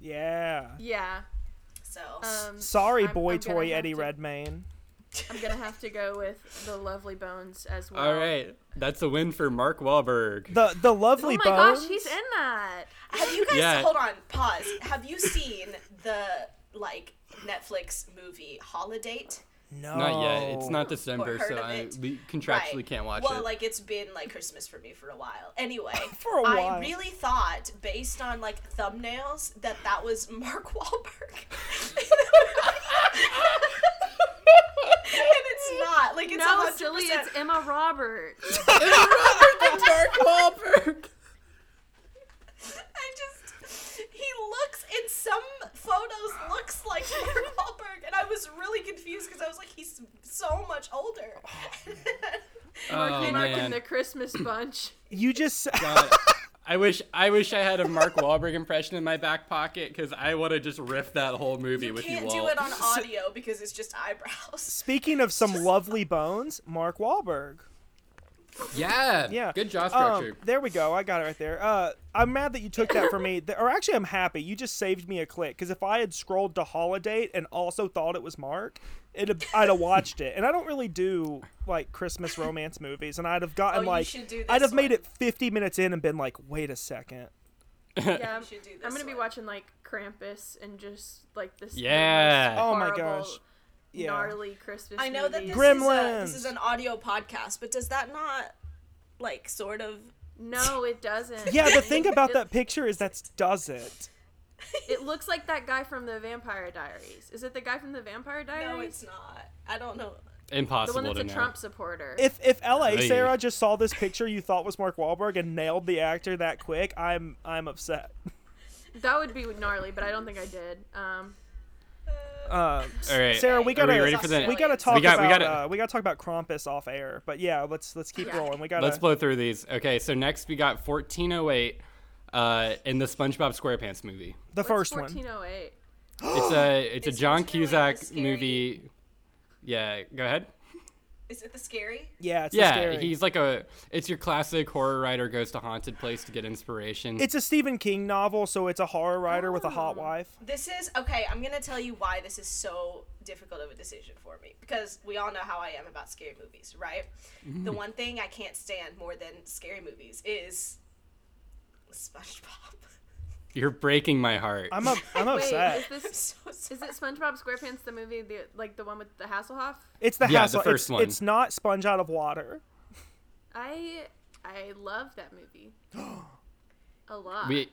yeah. Yeah. So Um, Sorry, I'm- boy I'm gonna toy have Eddie to- Redmayne. I'm gonna have to go with the lovely bones as well. All right, that's a win for Mark Wahlberg. The the Oh lovely my bones. gosh, he's in that. have you guys yeah. hold on, pause. Have you seen the like Netflix movie Holiday? No, Not yet. It's not December, heard so of I it. we contractually can't watch well, it. like it's been like Christmas for me for a while. Anyway, For a I while. really thought, based on like thumbnails, that that was Mark Wahlberg. and it's not. Like it's no, 100%. silly, it's Emma Roberts. Mark Wahlberg. I just he looks in some photos looks like Mark Wahlberg, and I was really confused because I was like, he's so much older. Oh Mark in man. the Christmas bunch. You just God. I wish I wish I had a Mark Wahlberg impression in my back pocket because I want to just riff that whole movie You with can't you all. do it on audio because it's just eyebrows. Speaking of some lovely bones, Mark Wahlberg. yeah, Yeah. Good jaw Um, structure. there we go. I got it right there. Uh, I'm mad that you took that from me. Th- Or actually, I'm happy. You just saved me a click. Because if I had scrolled to Holiday and also thought it was Mark, it I'd have watched it. And I don't really do like Christmas romance movies. And I'd have gotten Oh, you like, should do I'd this have made one. it 50 minutes in and been like, wait a second. Yeah, should do I'm this gonna be one. watching like Krampus and just like this. the Yeah. most Oh my horrible, gosh. Yeah. Gnarly Christmas. I know that movie. this, Is a, this is Gremlins. an audio podcast, but does that not like sort of? No, it doesn't. Yeah, the thing about It- that picture is that does it. It looks like that guy from the Vampire Diaries. Is it the guy from the Vampire Diaries? No, it's not. I don't know. The Impossible one that's to a know. Trump supporter. If if LA Hey. Sarah just saw this picture you thought was Mark Wahlberg and nailed the actor that quick, I'm I'm upset. that would be gnarly, but I don't think I did. Um, Uh, All right, Sarah, we are gotta we ready for the? we gotta talk We got- about we gotta- uh, we gotta talk about Krampus off air. But yeah, let's let's keep Yeah. rolling. We gotta Let's blow through these. Okay, so next we got 1408 uh, in the SpongeBob SquarePants movie. the what's first one. 1408. It's a it's a It's John really Cusack scary. movie. Yeah, go ahead. Is it the scary? Yeah, it's yeah, scary. he's like a. It's your classic horror writer goes to haunted place to get inspiration. It's a Stephen King novel, so it's a horror writer with a hot wife. This is okay. I'm gonna tell you why this is so difficult of a decision for me because we all know how I am about scary movies, right? Mm-hmm. The one thing I can't stand more than scary movies is SpongeBob. You're breaking my heart. I'm up, I'm Wait, upset. is this so is it SpongeBob SquarePants the movie, the, like the one with the Hasselhoff? It's the Yeah, the hassle. first it's, one. it's not Sponge Out of Water. I I love that movie. A lot. we,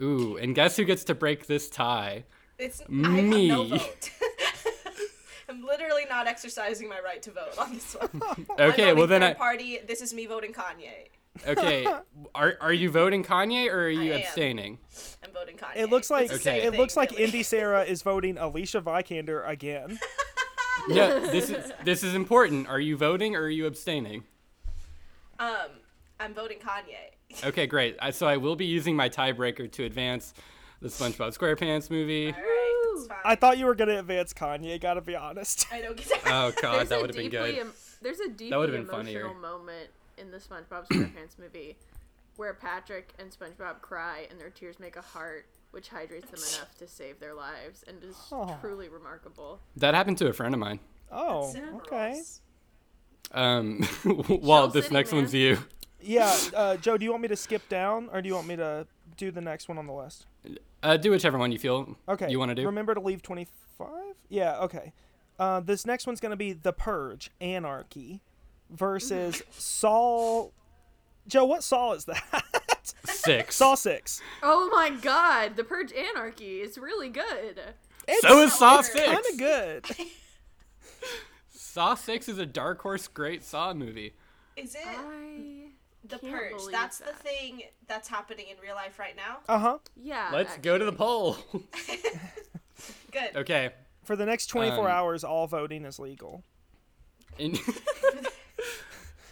ooh, and guess who gets to break this tie? It's I have no Me. vote. I'm literally not exercising my right to vote on this one. I'm Okay, well voting then third I. party. This is me voting Kanye. Okay, are are you voting Kanye or are you I am. abstaining? I'm voting Kanye. It looks like It's the Okay. it same looks thing, like really. Indy Sarah is voting Alicia Vikander again. No, this is this is important. Are you voting or are you abstaining? Um, I'm voting Kanye. Okay, great. I, so I will be using my tiebreaker to advance the SpongeBob SquarePants movie. All right, that's Woo. fine. I thought you were gonna advance Kanye. Gotta be honest. I don't get that. Oh god, There's that a would have been deeply good. em- there's a deeply would've been emotional funnier. moment in the SpongeBob SquarePants movie where Patrick and SpongeBob cry and their tears make a heart, which hydrates them enough to save their lives, and is Aw. truly remarkable. That happened to a friend of mine. Oh, Cinnamon okay. rolls. Um, Walt, this City, next man. one's you. Yeah, uh, Joe, do you want me to skip down or do you want me to do the next one on the list? Uh, do whichever one you feel Okay. you want to do. Remember to leave 25? Yeah, okay. Uh, this next one's going to be The Purge Anarchy versus Saul. Joe, what Saul is that? Six. Saw 6. Oh my god, The Purge Anarchy is really good. It's so is Saw Six. kind of good. Saw Six is a dark horse great Saw movie. Is it Uh, I the can't purge? believe That's that. the thing that's happening in real life right now. Uh huh. Yeah. Let's go to the actually. poll. Good. okay. For the next 24 Um, hours, all voting is legal. In-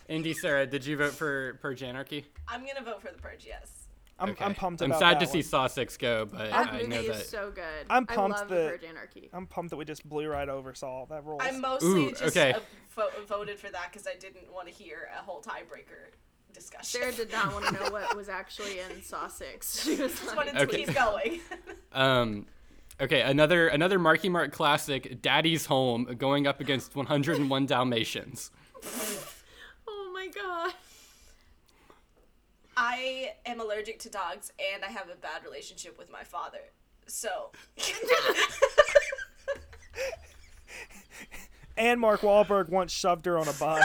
Indy Sarah, did you vote for Purge Anarchy? I'm gonna vote for the purge. Yes. I'm, Okay. I'm pumped I'm about sad that to see one. Saw Six go, but That I know movie that. is so good. I'm pumped I love that- The Purge Anarchy. I'm pumped that we just blew right over Saul. That rules. I mostly Ooh, just okay. uh, vo- voted for that because I didn't want to hear a whole tiebreaker discussion. Sarah did not want to know what was actually in Saw Six. She was just like, wanted to Okay. keep going. Um, okay, another another Marky Mark classic, Daddy's Home, going up against 101 Dalmatians. "Oh my god." I am allergic to dogs and I have a bad relationship with my father. So and Mark Wahlberg once shoved her on a bus.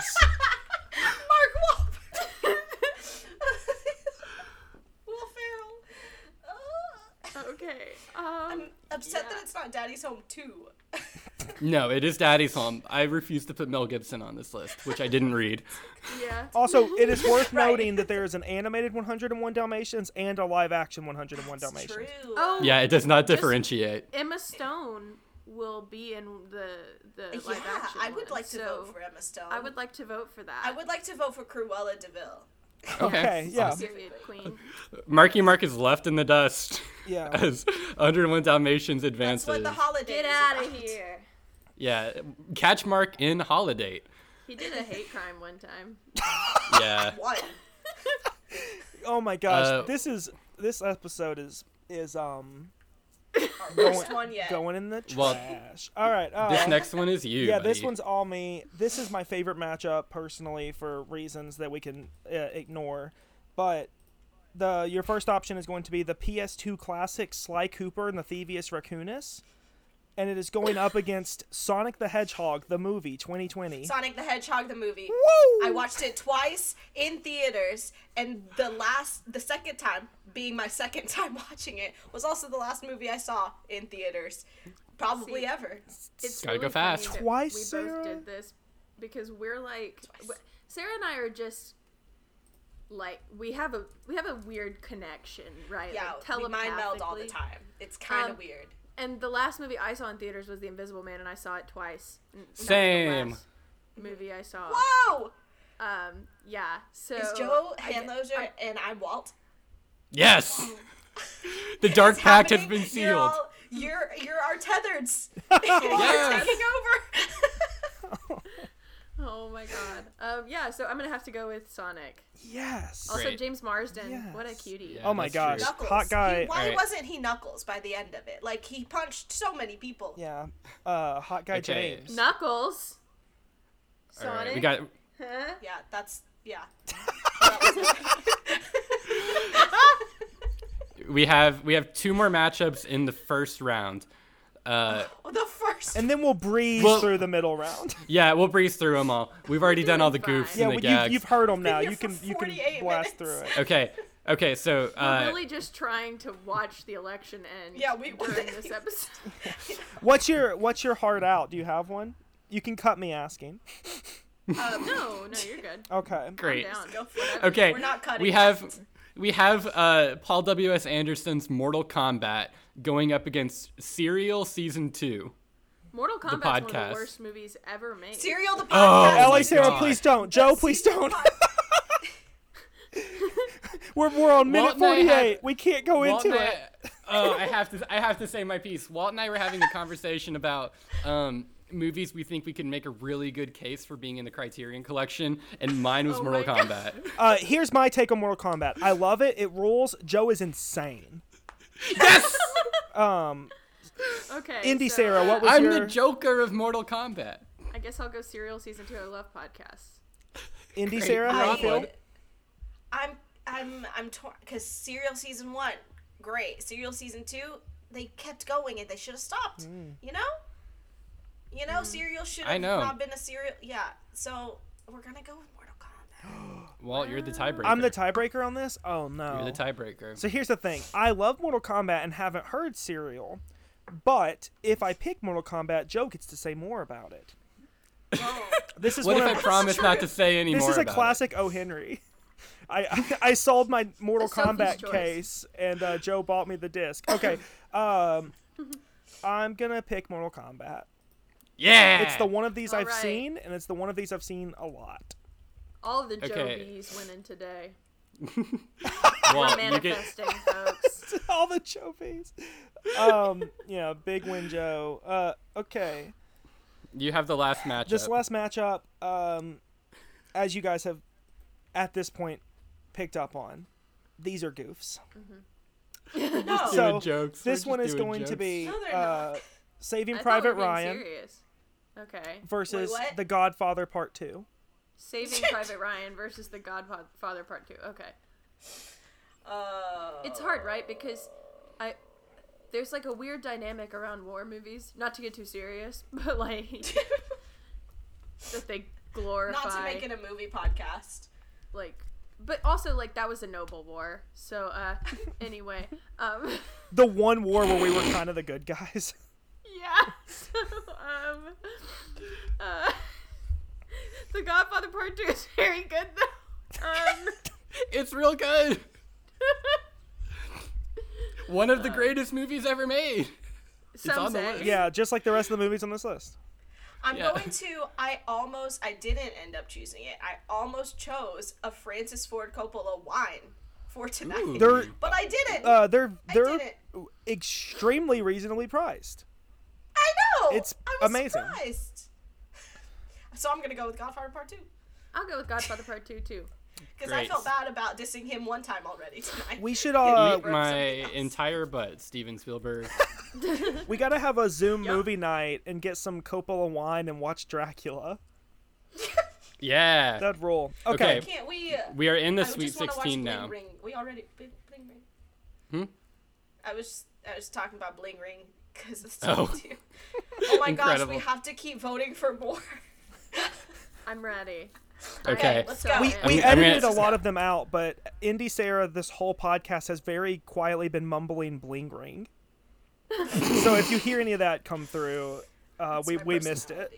Mark Wahlberg. Will Ferrell. Uh. Ugh. Uh, Okay. Um. Upset Yeah. that it's not Daddy's Home 2. No, it is Daddy's Home. I refuse to put Mel Gibson on this list, which I didn't read. Yeah. Also, it is worth Right. noting that there is an animated 101 Dalmatians and a live action 101 Dalmatians. True. Oh. Yeah, it does not differentiate. Emma Stone will be in the the Yeah, live action. I would one, like to so vote for Emma Stone. I would like to vote for that. I would like to vote for Cruella Deville. Okay, yeah. Period, queen. Marky Mark is left in the dust Yeah. as Underland Dalmatians That's advances. what the holiday Get out of here. yeah, catch Mark in Holiday. He did a hate crime one time. Yeah. One. Oh my gosh. Uh, this is this episode is is um Our going, worst one yet. going in the trash. Well, all right. Uh, This next one is you. yeah, this buddy. one's all me. This is my favorite matchup personally for reasons that we can uh, ignore. But the your first option is going to be the PS2 classic Sly Cooper and the Thievius Raccoonus. And it is going up against Sonic the Hedgehog, the movie 2020. Sonic the Hedgehog the movie. Woo! I watched it twice in theaters, and the last, the second time, being my second time watching it, was also the last movie I saw in theaters, probably See. ever. It's Gotta go really funny fast. that Twice, We Sarah? both did this because we're like Twice. Sarah and I are just like we have a we have a weird connection, right? Yeah, like, we mind meld all the telepathically. time. It's kind of Um, weird. And the last movie I saw in theaters was The Invisible Man, and I saw it twice. N- that was the Same. last movie I saw. Whoa! Um, yeah. So Is Joe I get- Hanloser I- and I'm Walt? Yes. the Dark It's Pact has happening. been You're, sealed. all, you're you're our tethers. Yes. taking over. oh my god. Um, yeah. So I'm gonna have to go with Sonic. yes. Also, Great. James Marsden. What a Yes. cutie. Yeah. oh my that's gosh. true. Knuckles. Hot guy. He- why Alright. wasn't he Knuckles by the end of it? Like he punched so many people. Yeah. Uh, hot guy Okay. James. Knuckles. All right, Sonic. we got Huh? Yeah, that's yeah. we have we have two more matchups in the first round. Uh, Well, the first. And then we'll breeze Well- through the middle round. yeah, we'll breeze through them all. We've already done all the doing goofs fine. yeah, and the well, you've, gags. you've heard them now. here You for can you can 48 blast minutes. through it. Okay. Okay. So We're uh, really just trying to watch the election end. Yeah, we- during this episode. What's your what's your heart out? Do you have one? You can cut me asking. um, no, no, you're good. Okay. great. Down. Go for it. Okay. We're not cutting. We have we have uh, Paul W S Anderson's Mortal Kombat going up against Serial Season Two. Mortal Kombat's one of podcast. the worst movies ever made. Serial the podcast. Oh LA my Sarah, God. please don't. Joe, please don't. We're, we're on minute Walt and I had- 48. we can't go Walt into and it. I, oh, I have to I have to say my piece. Walt and I were having a conversation about um, movies we think we can make a really good case for being in the Criterion Collection, and mine was Oh my Mortal God. Kombat. Uh, here's my take on Mortal Kombat. I love it. It rules. Joe is insane. Um, Yes, Okay. Indy so, Sarah, what uh, was I'm your the Joker of Mortal Kombat. I guess I'll go Serial season two. I love podcasts. Indy Great Sarah? How you Robin. feel? Robert. I'm I'm I'm torn because Serial season one, great. Serial season two, they kept going and they should have stopped. Mm. You know. You know, Serial should Mm. I have know. not been a serial. Yeah, so we're gonna go with Mortal Kombat. Walt, you're the tiebreaker. I'm the tiebreaker on this. Oh no. You're the tiebreaker. So here's the thing. I love Mortal Kombat and haven't heard Serial, but if I pick Mortal Kombat, Joe gets to say more about it. This is what if one I of, promise not to say any This more is a about it? classic O. Henry. I, I I sold my Mortal A Sophie's Kombat Choice. case, and uh, Joe bought me the disc. Okay, um, I'm gonna pick Mortal Kombat. Yeah. It's the one of these I've Alright. seen, and it's the one of these I've seen a lot. All the Joe Okay. B's winning today. Walt, We're you get- manifesting, folks. All the trophies. Um, yeah, big win, Joe. Uh, okay. You have the last matchup. this last matchup, um, as you guys have at this point picked up on, these are goofs. No, Doing So jokes. We're this just one is doing going to jokes. be No, they're uh, not. Saving I thought we Private were being Ryan Serious. Okay. versus Wait, what? The Godfather Part Two. Saving Private Ryan versus The Godfather Part Two. Okay. uh, It's hard, right? Because I there's like a weird dynamic around war movies. Not to get too serious, but like that they glorify not to make it a movie podcast. like but also like that was a noble war. So uh anyway, um The one war where we were kind of the good guys. yeah. So um uh The Godfather Part 2 is very good though. Um It's real good. One of the greatest movies ever made. some on the say. list. yeah, just like the rest of the movies on this list. I'm Yeah. going to. I almost. I didn't end up choosing it. I almost chose a Francis Ford Coppola wine for tonight, Ooh. They're but I didn't. uh, they're I they're did extremely reasonably priced. I know. it's I was amazing. Surprised. So I'm gonna go with Godfather Part Two I'll go with Godfather Part Two too. because I Great. felt bad about dissing him one time already tonight. We should Yeah, uh, you- Eat my something else. entire butt, Steven Spielberg. we gotta have a Zoom Yeah. movie night and get some Coppola wine and watch Dracula. Yeah. That'd roll. Okay. Okay. Can't we? Uh, We are in the I Sweet just wanna watch 16 Bling now. Hmm? Ring. We already Bling, Bling Ring. I was I was talking about Bling Ring because it's Oh. oh. oh my gosh, Incredible. we have to keep voting for more. I'm ready. Okay. let's So go. We, I'm- we I'm gonna- edited a lot of them out, but Indie Sarah this whole podcast has very quietly been mumbling bling ring. so if you hear any of that come through, uh, we, My we missed it.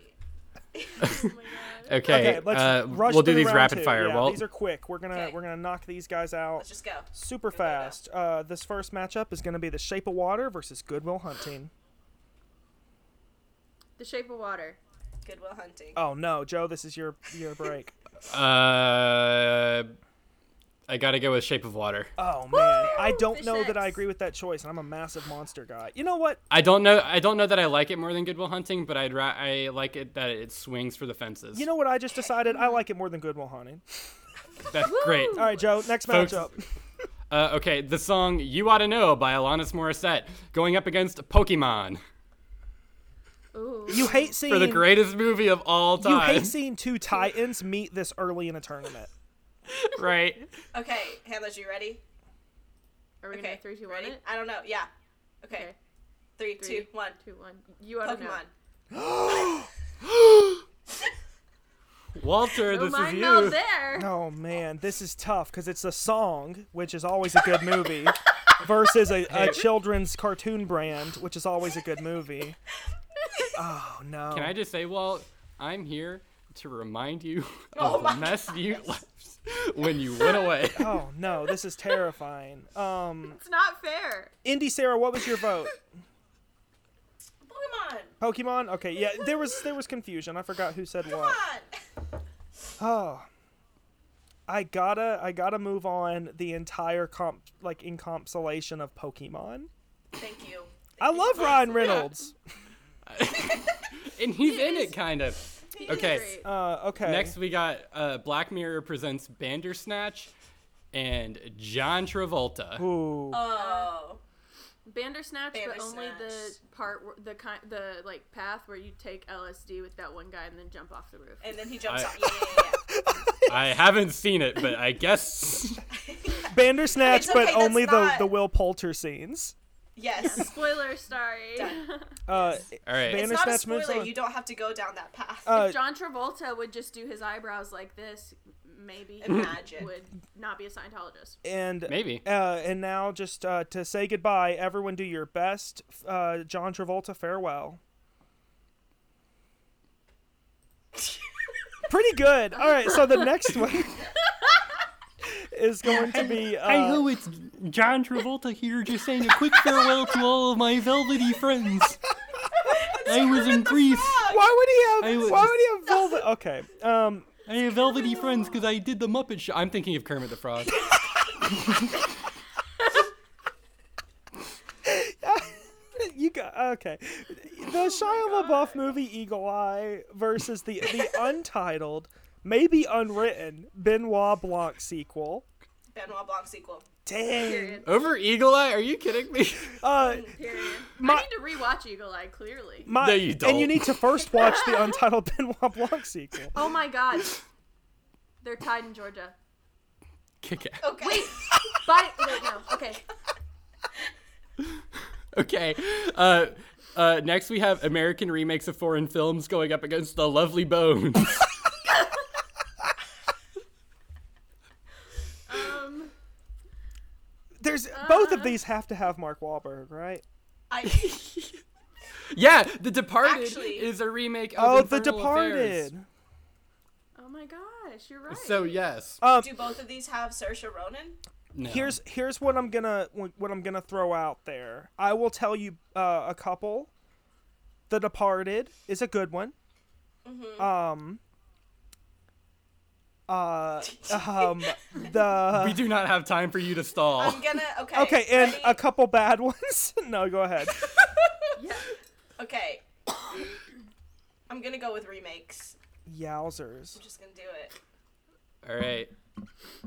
personality. Okay. Okay, let's uh, rush we'll through do these round rapid two. fire. Yeah, Walt. these are quick. We're gonna Okay. we're gonna knock these guys out Let's just go. super Good idea. fast. Uh, this first matchup is gonna be The Shape of Water versus Goodwill Hunting. The Shape of Water. Goodwill Hunting. Oh no, Joe, this is your your break. Uh, I gotta go with Shape of Water. Oh man, I Woo! don't Fish know that I eggs. agree with that choice, and I'm a massive monster guy. You know what? I don't know. I don't know that I like it more than Goodwill Hunting, but I'd ra- I like it that it swings for the fences. You know what? I just decided I like it more than Goodwill Hunting. that's great. All right, Joe, next Folks- matchup. Uh, okay, the song "You Oughta Know" by Alanis Morissette going up against Pokemon Ooh. You hate seeing for the greatest movie of all you time. hate seeing two titans meet this early in a tournament. right? Okay, Handlers, you ready? Are we gonna Okay, do three, two, one? ready? It? I don't know. Yeah. Okay. Okay. Three, Three, two, one. two, one. You ought to know. Pokemon. Walter, Oh No this is mind you. meld there. Oh man, this is tough because it's a song, which is always a good movie, versus a, a children's cartoon brand, which is always a good movie. Oh no. Can I just say, Walt, I'm here to remind you Oh of my the mess you left when you went away. Oh no, this is terrifying. Um, It's not fair. Indy Sarah, what was your vote? Pokemon. Pokemon. Okay, yeah, there was there was confusion. I forgot who said Come what. on. Oh. I gotta I gotta move on the entire comp like encapsulation of Pokemon. Thank you. I love Ryan Reynolds. and he's in it, kind of. Okay. Great. Uh, okay. Next, we got uh, Black Mirror presents Bandersnatch and John Travolta. Ooh. Oh. Bandersnatch, but only the Bandersnatch. part, where, the kind, the like path where you take LSD with that one guy and then jump off the roof. And then he jumps I- off. Yeah, yeah, yeah. I haven't seen it, but I guess Bandersnatch, It's okay, but that's only the not- the Will Poulter scenes. Yes. Spoiler, sorry. Done. Uh, All right. Banner- It's not a Bandersnatch moves spoiler. on. You don't have to go down that path. uh, John Travolta would just do his eyebrows like this. Maybe Imagine. he would not be a Scientologist. and Maybe. Uh, and now just uh, to say goodbye, everyone do your best. Uh, John Travolta, farewell. Pretty good. All right, so the next one is going to be. Uh, it's John Travolta here, just saying a quick farewell to all of my velvety friends. I was in Greece. Why I would he have? would Why would he have velvet? Okay. Um. I have velvety friends because I did the Muppet Show. I'm thinking of Kermit the Frog. You got okay. The Shia LaBeouf movie Eagle Eye versus the the untitled, maybe unwritten Benoit Blanc sequel. Benoit Blanc sequel. Dang. Period. Over Eagle Eye? Are you kidding me? Uh, Period. My- I need to rewatch Eagle Eye. Clearly. my, No, you And don't. you need to first watch the untitled Benoit Blanc sequel. oh my God. They're tied in Georgia. Kick ass. Okay. Bye. Wait, no. Okay. Okay. Uh, uh, next, we have American remakes of foreign films going up against The Lovely Bones. Um. There's both of these have to have Mark Wahlberg, right? I, yeah, The Departed Actually- is a remake of Oh, The Infernal Affairs. Departed. Oh my gosh, you're right. So yes. Um, do both of these have Saoirse Ronan? No. here's here's what I'm gonna what what I'm gonna throw out there. I will tell you uh, a couple. The Departed is a good one. Um. Uh, um, the We do not have time for you to stall. I'm gonna okay. okay, and ready? a couple bad ones. no, go ahead. Yeah. okay. I'm gonna go with remakes. Yowzers. I'm just gonna do it. All right.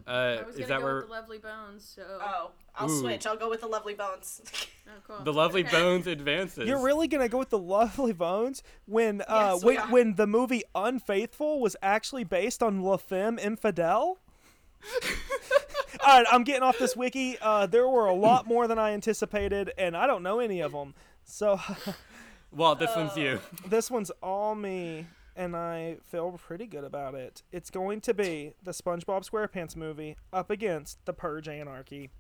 Uh, I was is gonna that go where with the Lovely Bones. So Oh, I'll Ooh. switch. I'll go with the Lovely Bones. oh, cool. the Lovely Okay. Bones advances? You're really gonna go with the Lovely Bones when uh Yes, we when, are. when the movie Unfaithful was actually based on La Femme Infidel? All right, I'm getting off this wiki. Uh, there were a lot more than I anticipated, and I don't know any of them. So Well, this one's you. this one's all me, and I feel pretty good about it. It's going to be the SpongeBob SquarePants movie up against the Purge Anarchy.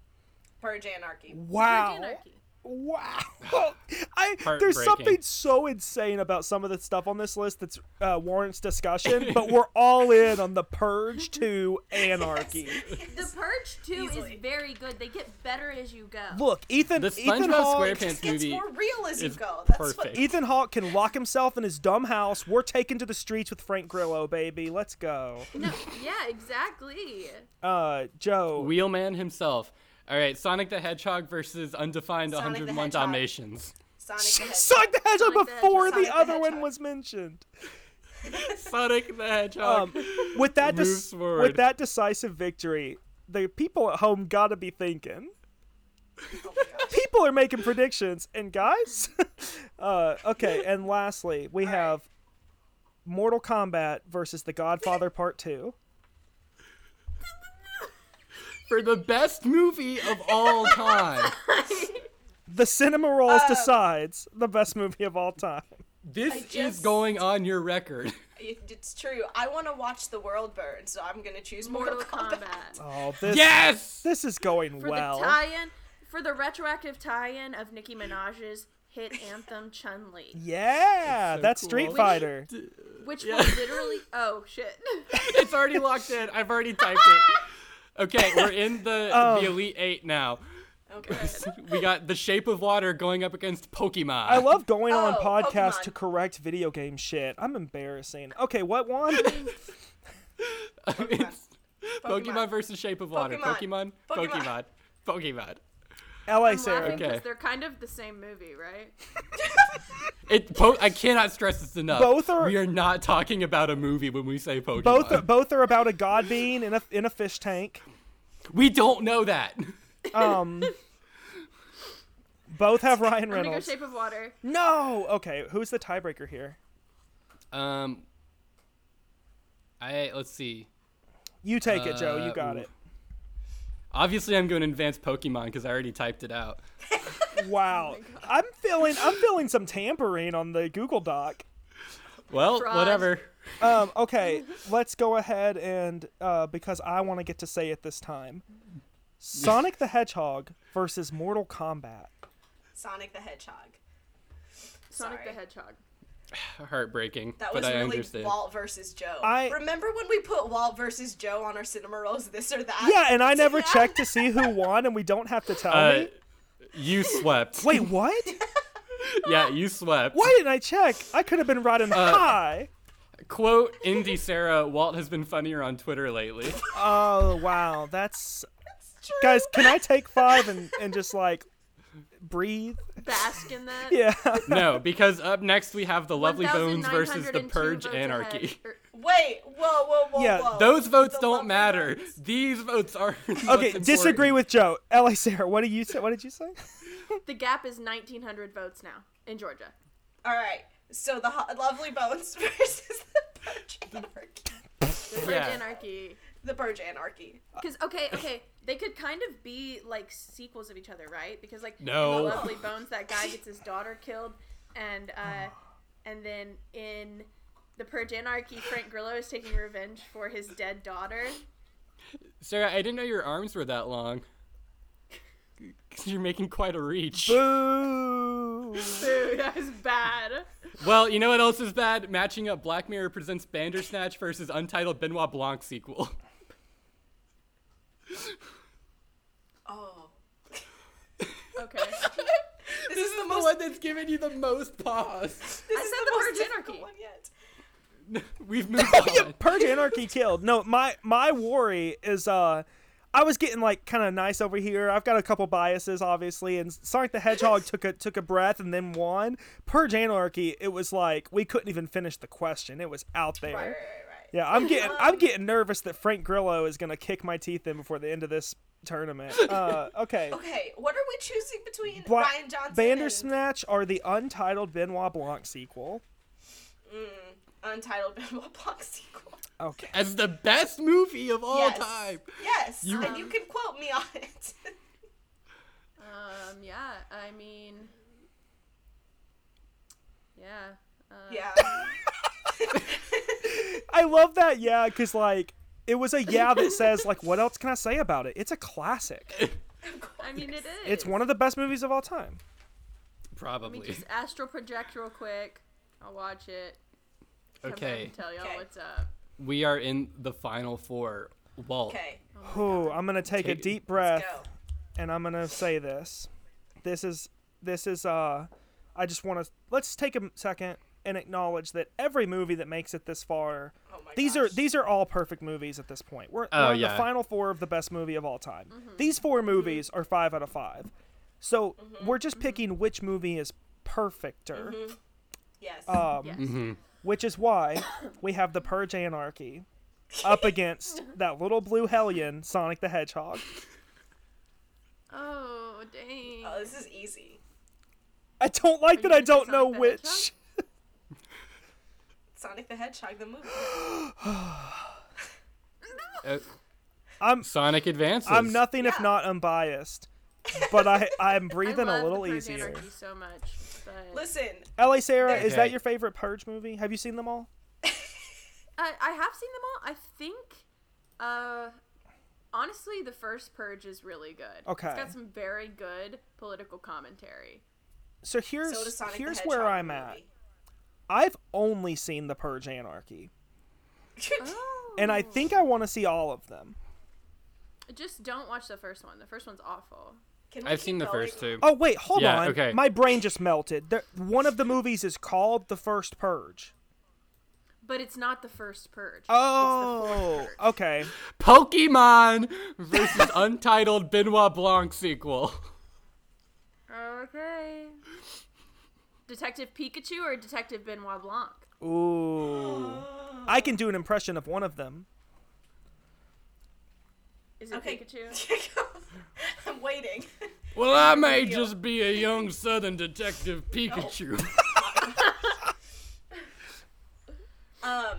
Purge Anarchy. Wow. Anarchy. Wow. I there's something Heartbreaking. so insane about some of the stuff on this list that's uh, warrants discussion, but we're all in on the Purge 2 Anarchy. The Purge 2 Easily. is very good. They get better as you go. Look, Ethan The SpongeBob Ethan Hawke It SquarePants gets movie more real as you is go. That's perfect. what. Ethan Hawke can lock himself in his dumb house. We're taken to the streets with Frank Grillo, baby. Let's go. No, yeah, exactly. Uh, Joe. Wheelman himself. All right, Sonic the Hedgehog versus Undefined Sonic the 101 Hedgehog. Dalmatians. Sonic the Hedgehog. Sonic the Hedgehog Sonic the before Hedgehog. the, Sonic the other one Hedgehog. was mentioned. Sonic the Hedgehog. Um, with that Moves dec- with forward. that decisive victory, the people at home gotta be thinking. Oh my gosh. people are making predictions and guys uh, okay and lastly we have mortal kombat versus the godfather part two For the best movie of all time. the cinema rolls Uh, decides the best movie of all time This I is just- going on your record. It- It's true. I want to watch The World Burn, so I'm gonna choose Mortal Mortal, Kombat. Kombat. oh this Yes! this is going For well the tie-in, for the retroactive tie-in of Nicki Minaj's hit anthem Chun Li, yeah so that's cool. street Which- fighter which Yeah. will literally oh shit, It's already locked in. I've already typed it. Okay, we're in the, the Elite Eight now. Okay. We got The Shape of Water going up against Pokemon. i love going on Oh, podcasts Pokemon. to correct video game shit i'm embarrassing okay what one Pokemon. Pokemon versus Shape of Water. Pokemon. Pokemon. Pokemon. Pokemon. Pokemon. la I'm sarah laughing Okay. because they're kind of the same movie, right? It. Po- I cannot stress this enough. Both are- We are not talking about a movie when we say Pokemon. both are, both are about a god being in a in a fish tank We don't know that. Um, both have Ryan I'm gonna go Reynolds. Shape of Water. no. Okay, who's the tiebreaker here? Um. I let's see. You take it, Joe. You Uh, got ooh. it. Obviously, I'm going to advance Pokemon because I already typed it out. Wow. I'm feeling I'm feeling some tampering on the Google Doc. Well, Fraud. whatever. Um, okay, let's go ahead and uh, because I want to get to say it this time. Sonic the Hedgehog versus Mortal Kombat. Sonic the Hedgehog. Sonic the Sorry. Hedgehog. Heartbreaking, That but was I really understand. Walt versus Joe. I- remember when we put Walt versus Joe on our cinema rolls, this or that. Yeah, and I never checked to see who won, and we don't have to tell uh, me. you swept. Wait, what? Yeah, you swept. Why didn't I check? I could have been riding Uh, high. Quote Indie Sarah. Walt has been funnier on Twitter lately. Oh wow, that's guys. Can I take five and and just like breathe? Bask in that. Yeah. No, because up next we have the Lovely Bones versus the 1,902 Purge votes Anarchy. ahead. Er, Wait, whoa, whoa, whoa, Yeah, whoa. Those votes The don't lovely matter. votes. These votes are. what's Okay, important. disagree with Joe. La Sarah, what did you say? What did you say? The gap is 1,900 votes now in Georgia. All right. So the ho- Lovely Bones versus the Purge Anarchy. The Purge Yeah. Anarchy. The Purge Anarchy. Because okay, okay, they could kind of be like sequels of each other, right? Because like in No. the Lovely Bones, that guy gets his daughter killed, and uh, and then in the Purge Anarchy, Frank Grillo is taking revenge for his dead daughter. Sarah, I didn't know your arms were that long. 'Cause You're making quite a reach. Boo. Dude, that was bad. Well, you know what else is bad? Matching up Black Mirror presents Bandersnatch versus Untitled Benoit Blanc sequel. Oh. Okay, This, is the most. that's giving you the most pause. This I is said the, the most Purge difficult Anarchy. one yet. We've moved on. yeah, Purge Anarchy killed. No, my my worry is uh I was getting like kind of nice over here. I've got a couple biases obviously and Sonic the Hedgehog took a took a breath and then won. Purge Anarchy, it was like we couldn't even finish the question. It was out there. Right, right, right. Yeah, I'm getting I'm getting nervous that Frank Grillo is gonna kick my teeth in before the end of this tournament. Uh, okay, Okay, what are we choosing between Bla- Ryan Johnson and Bandersnatch are the untitled Benoit Blanc sequel. Untitled Benoit Blanc sequel? Okay, As the best movie of all Yes. time. Yes, You- and you can quote me on it. Uh, Um, yeah, I mean, yeah. Uh, yeah. I love that. Yeah, because like it was a yeah that says like what else can I say about it? It's a classic. I mean, it is. It's one of the best movies of all time. Let me Probably. just astral project real quick. I'll watch it. Come back Okay. and tell y'all Okay. what's up. We are in the final four. Walt. Okay, Ooh, I'm gonna take a Take- deep go. breath and I'm gonna say this. This is this is uh I just wanna let's take a second and acknowledge that every movie that makes it this far Oh my These are gosh. these are all perfect movies at this point. We're, Oh, we're on yeah. the final four of the best movie of all time. Mm-hmm. These four movies are five out of five. So Mm-hmm. we're just picking which movie is perfecter, Yes. um, Yes. which is why we have the Purge Anarchy up against that little blue hellion, Sonic the Hedgehog. Oh, dang. oh, this is easy. I don't like that. you I picking don't know Sonic the which. Sonic the Hedgehog, the movie. Uh, I'm- Sonic Advances. I'm nothing if Yeah. not unbiased, but I I'm I breathing love a little the Purge easier. Anarchy so much, but Listen, La Sarah, is Okay. that your favorite Purge movie? Have you seen them all? I, I have seen them all. I think, uh, honestly, the first Purge is really good. Okay. It's got some very good political commentary. So here's so does Sonic here's the Hedgehog. where the I'm at. movie. I've only seen The Purge Anarchy, Oh. and I think I want to see all of them. Just don't watch the first one. The first one's awful. Can we I've keep seen the going? first two. Oh wait, hold Yeah, on. okay. My brain just melted. There, one of the movies is called The First Purge. But it's not the first Purge. Oh, okay. Pokemon versus Untitled Benoit Blanc sequel. Okay. Detective Pikachu or Detective Benoit Blanc? Ooh, I can do an impression of one of them. Is it Okay. Pikachu? I'm waiting. Well, I may just be a young Southern Detective Pikachu. Um.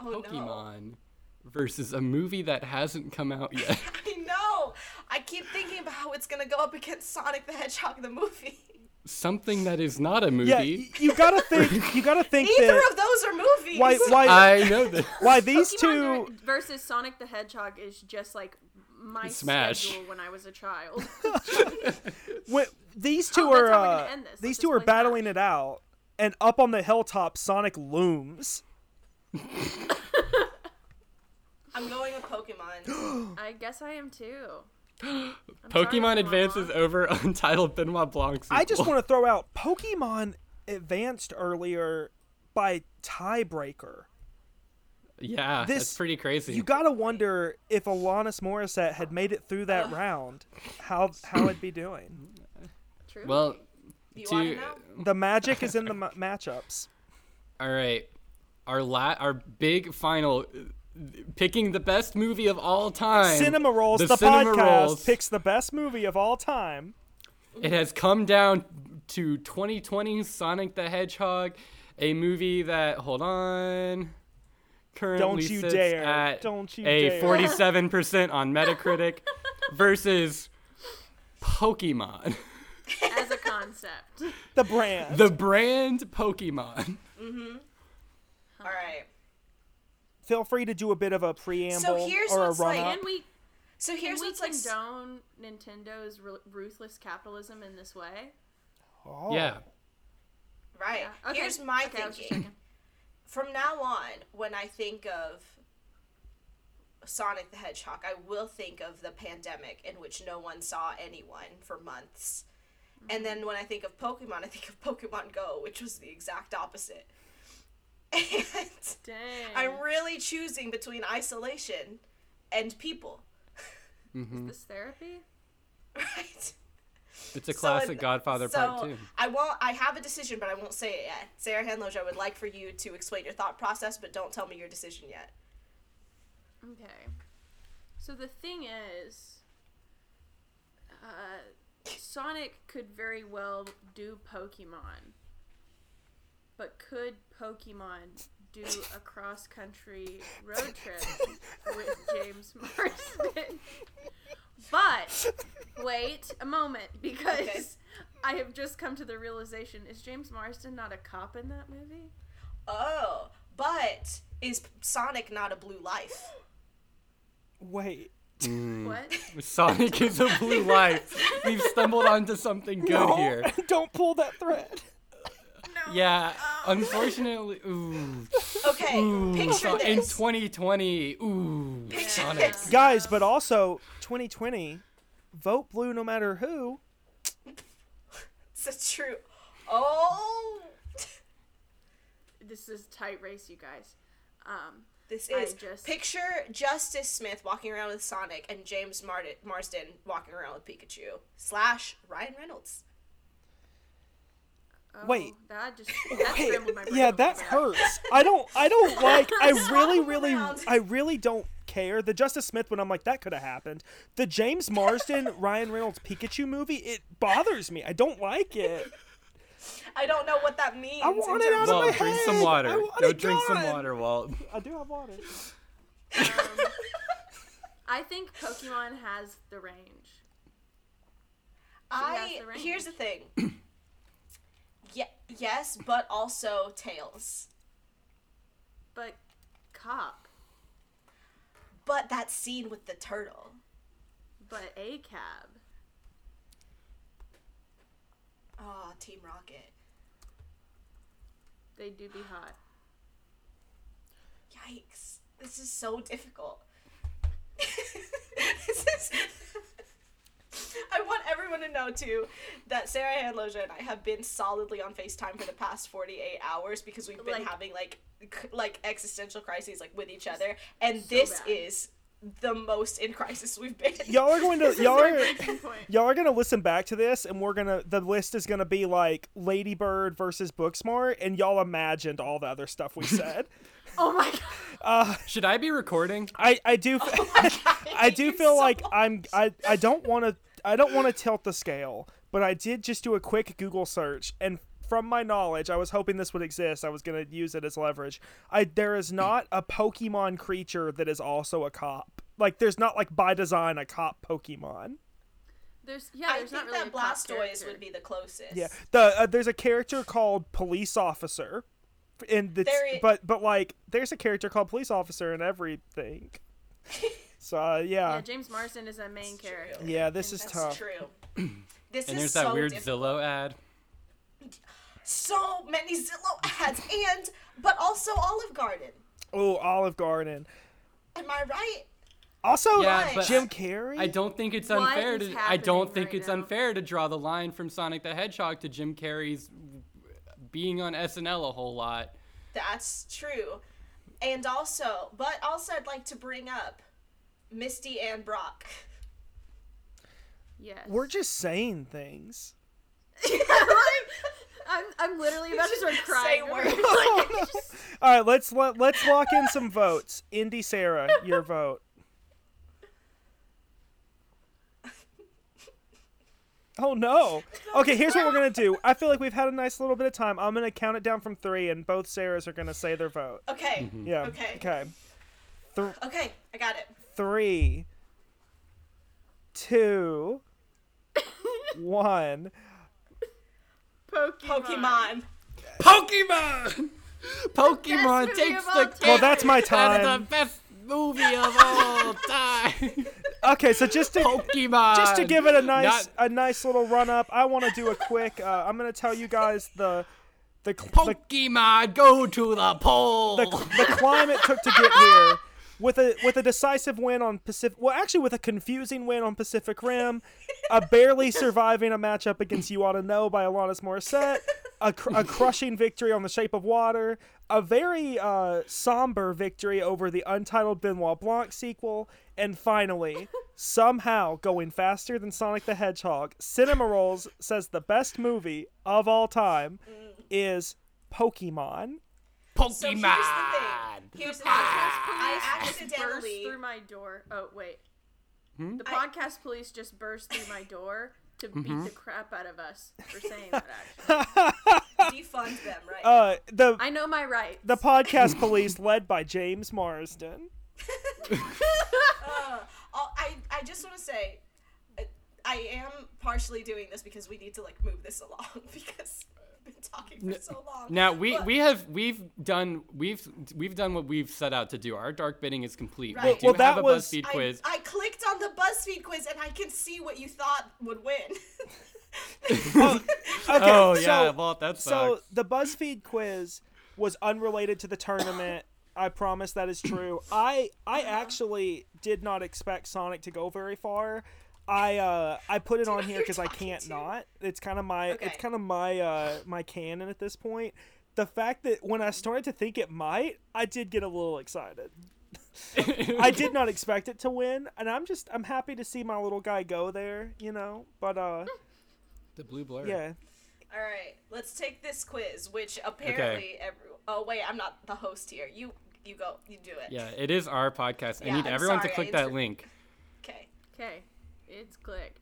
Oh no. Pokemon versus a movie that hasn't come out yet. I know. I keep thinking about how it's gonna go up against Sonic the Hedgehog the movie. Something that is not a movie. Yeah, y- you gotta think. You gotta think Neither that of those are movies. why why I know this. why these Pokemon two ver- versus Sonic the Hedgehog is just like my Smash. schedule when I was a child. when, these two Oh, that's are how we're gonna uh, end this. Let's these just two are play battling Smash. it out, and up on the hilltop, Sonic looms. I'm going with Pokemon. I guess I am too. I'm sorry, Pokemon advances Blanc. over Untitled Benoit Blanc sequel. I just want to throw out Pokemon advanced earlier by tiebreaker. Yeah, This- that's pretty crazy. You gotta wonder if Alanis Morissette had made it through that round, how how it'd be doing. True. well, You to want to know? The magic is in the ma- matchups. all right, our la- our big final, uh, picking the best movie of all time. Cinema Rolls, the, Cinema podcast, Rolls. picks the best movie of all time. It has come down to 2020 Sonic the Hedgehog, a movie that hold on currently you sits dare. at Don't you a dare. 47% on Metacritic versus Pokemon. as a concept. The brand. The brand Pokemon. All right. Feel free to do a bit of a preamble So here's or a what's run like- up. Can we So can here's we what's like. s- condone Nintendo's ru- ruthless capitalism in this way? Oh. Yeah. Right. Yeah. Okay. Here's my Okay, I was just thinking. From now on, when I think of Sonic the Hedgehog, I will think of the pandemic in which no one saw anyone for months. Mm-hmm. And then when I think of Pokemon, I think of Pokemon Go, which was the exact opposite. And Dang. I'm really choosing between isolation and people, Is this therapy? right? It's a So classic I'm- Godfather so Part Two. I won't. I have a decision, but I won't say it yet. Sarah Hanloge, I would like for you to explain your thought process, but don't tell me your decision yet. Okay. So the thing is, uh, Sonic could very well do Pokemon, but could Pokemon do a cross country road trip with James Marsden? But wait a moment, because Okay. I have just come to the realization: is James Marsden not a cop in that movie? Oh, but is Sonic not a blue life? Wait. What? Sonic is a blue life. We've stumbled onto something good No, here. Don't pull that thread. Yeah, Um, unfortunately, ooh, Okay, picture so- in this. 2020, ooh, Sonic. this. Guys, but also 2020, vote blue no matter who. It's a true. Oh, This is a tight race, you guys. Um, this I is just- picture Justice Smith walking around with Sonic and James Mar- Marsden walking around with Pikachu slash Ryan Reynolds. Oh, Wait. That just that scrambled my brain yeah, a little that bit. hurts. I don't I don't like I really Scrambled really around. I really don't care. The Justice Smith one I'm like that could have happened. The James Marsden Ryan Reynolds Pikachu movie, it bothers me. I don't like it. I don't know what that means. I in want it terms out of- Walt, of my drink some head. water. I want Go it drink some gone. water, Walt. I do have water. I think Pokemon has the range. has I the range. here's the thing. yeah, yes, but also tails. But cop, But that scene with the turtle. but A cab. Oh, Team Rocket. They do be hot. Yikes! This is so difficult. this is. I want everyone to know too that Sarah Hanloja and I have been solidly on Facetime for the past forty-eight hours because we've been Like- having like c- like existential crises like with each other, and so this bad. is the most in crisis we've been. Y'all are going to y'all Sorry, are breaking point. y'all are gonna listen back to this and we're gonna the list is gonna be like ladybird versus booksmart and y'all imagined all the other stuff we said Oh my god. Should I be recording? i i do Oh. f- i do you feel so like i'm i i don't want to i don't want to tilt the scale but i did just do a quick google search and from my knowledge i was hoping this would exist i was going to use it as leverage i there is not a pokemon creature that is also a cop like there's not like by design a cop pokemon There's yeah. I there's think not really that a cop Blastoise character. would be the closest. Yeah, the uh, there's a character called police officer, and that's There i- but but like there's a character called police officer in everything. so uh, Yeah, yeah, James Marsden is a main true. character. yeah, this is That's tough. true. This And there's is so that weird difficult. Zillow ad. so many Zillow ads and but also Olive Garden. Oh, Olive Garden. Am I right? Also, Yeah, but Jim I- Carrey. I don't think it's What unfair is to. I don't happening think right it's now? unfair to draw the line from Sonic the Hedgehog to Jim Carrey's being on SNL a whole lot. That's true. And also, but also I'd like to bring up Misty and Brock. Yes. We're just saying things. I'm, I'm literally about to start Say crying. words. All right, let's let let's lock in some votes. Indy Sarah, your vote. Oh no. Okay, here's what we're gonna do. I feel like we've had a nice little bit of time. I'm gonna count it down from three, and both Sarahs are gonna say their vote. Okay. Mm-hmm. Mm. Yeah. Okay. Okay. Th- Okay, I got it. three, two, one. Pokemon. Pokemon. Pokemon. Pokemon movie takes of all the time. cake. Well, Oh, that's my That's the time. best movie of all time. Okay, so just to Pokemon. just to give it a nice Oh, Not- a nice little run up, I want to do a quick. Uh, I'm gonna tell you guys the the, cl- Pokemon, go to the pole. the, the climb it took to get here. with a with a decisive win on Pacific. Well, actually, with a confusing win on Pacific Rim, a barely surviving a matchup against You Ought to Know by Alanis Morissette, a, cr- a crushing victory on The Shape of Water, a very uh, somber victory over the untitled Benoit Blanc sequel, and finally, somehow going faster than Sonic the Hedgehog, Cinemarolls says the best movie of all time is Pokemon. Pokemon. So here's the thing. Here's the thing. I burst accidentally. through my door. Oh wait, Hmm? the podcast police just burst through my door to Mm-hmm. beat the crap out of us for saying that. Actually, defund them, right? Uh, the I know my rights. the podcast police led by James Marsden. Oh, I, I just want to say, uh, I am partially doing this because we need to like move this along because I've been talking for so long. Now we, But- we have we've done we've we've done what we've set out to do. Our dark bidding is complete. Right. We do Well, that have a was- BuzzFeed I, quiz. I clicked on the BuzzFeed quiz and I can see what you thought would win. Okay, oh so- yeah, well that So sucks. the BuzzFeed quiz was unrelated to the tournament. I promise that is true. I I actually did not expect Sonic to go very far. I uh I put it on here you're because I talking can't to? not. It's kind of my Okay. it's kind of my uh my canon at this point. The fact that when I started to think it might, I did get a little excited. I did not expect it to win, and I'm just I'm happy to see my little guy go there, you know. But uh the blue blur. yeah, All right, let's take this quiz, which apparently every. Oh wait, I'm not the host here. You you go. You do it. Yeah, it is our podcast. I Yeah, need I'm everyone sorry, to I click that inter- link. Okay. okay, it's clicked.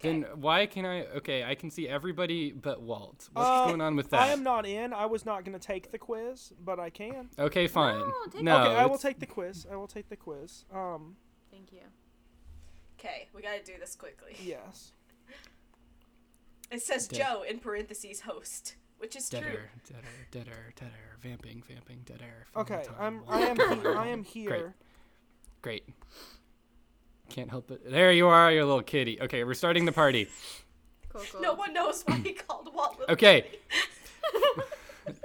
Then why can I? Okay, I can see everybody but Walt. What's Uh, going on with that? I am not in. I was not going to take the quiz, but I can. Okay, fine. No, take- No, okay, I will it's- take the quiz. I will take the quiz. Um, Thank you. Okay, we gotta do this quickly. yes. It says Dead. Joe in parentheses host, which is Dead true. air, dead air, dead air, dead air, vamping, vamping, dead air. final Okay, time, I'm. one I am. time. He- I am here. Great. Can't help it. There you are, your little kitty. Okay, we're starting the party. Cool, cool. No one knows why he called Walt. Little Okay. Kitty.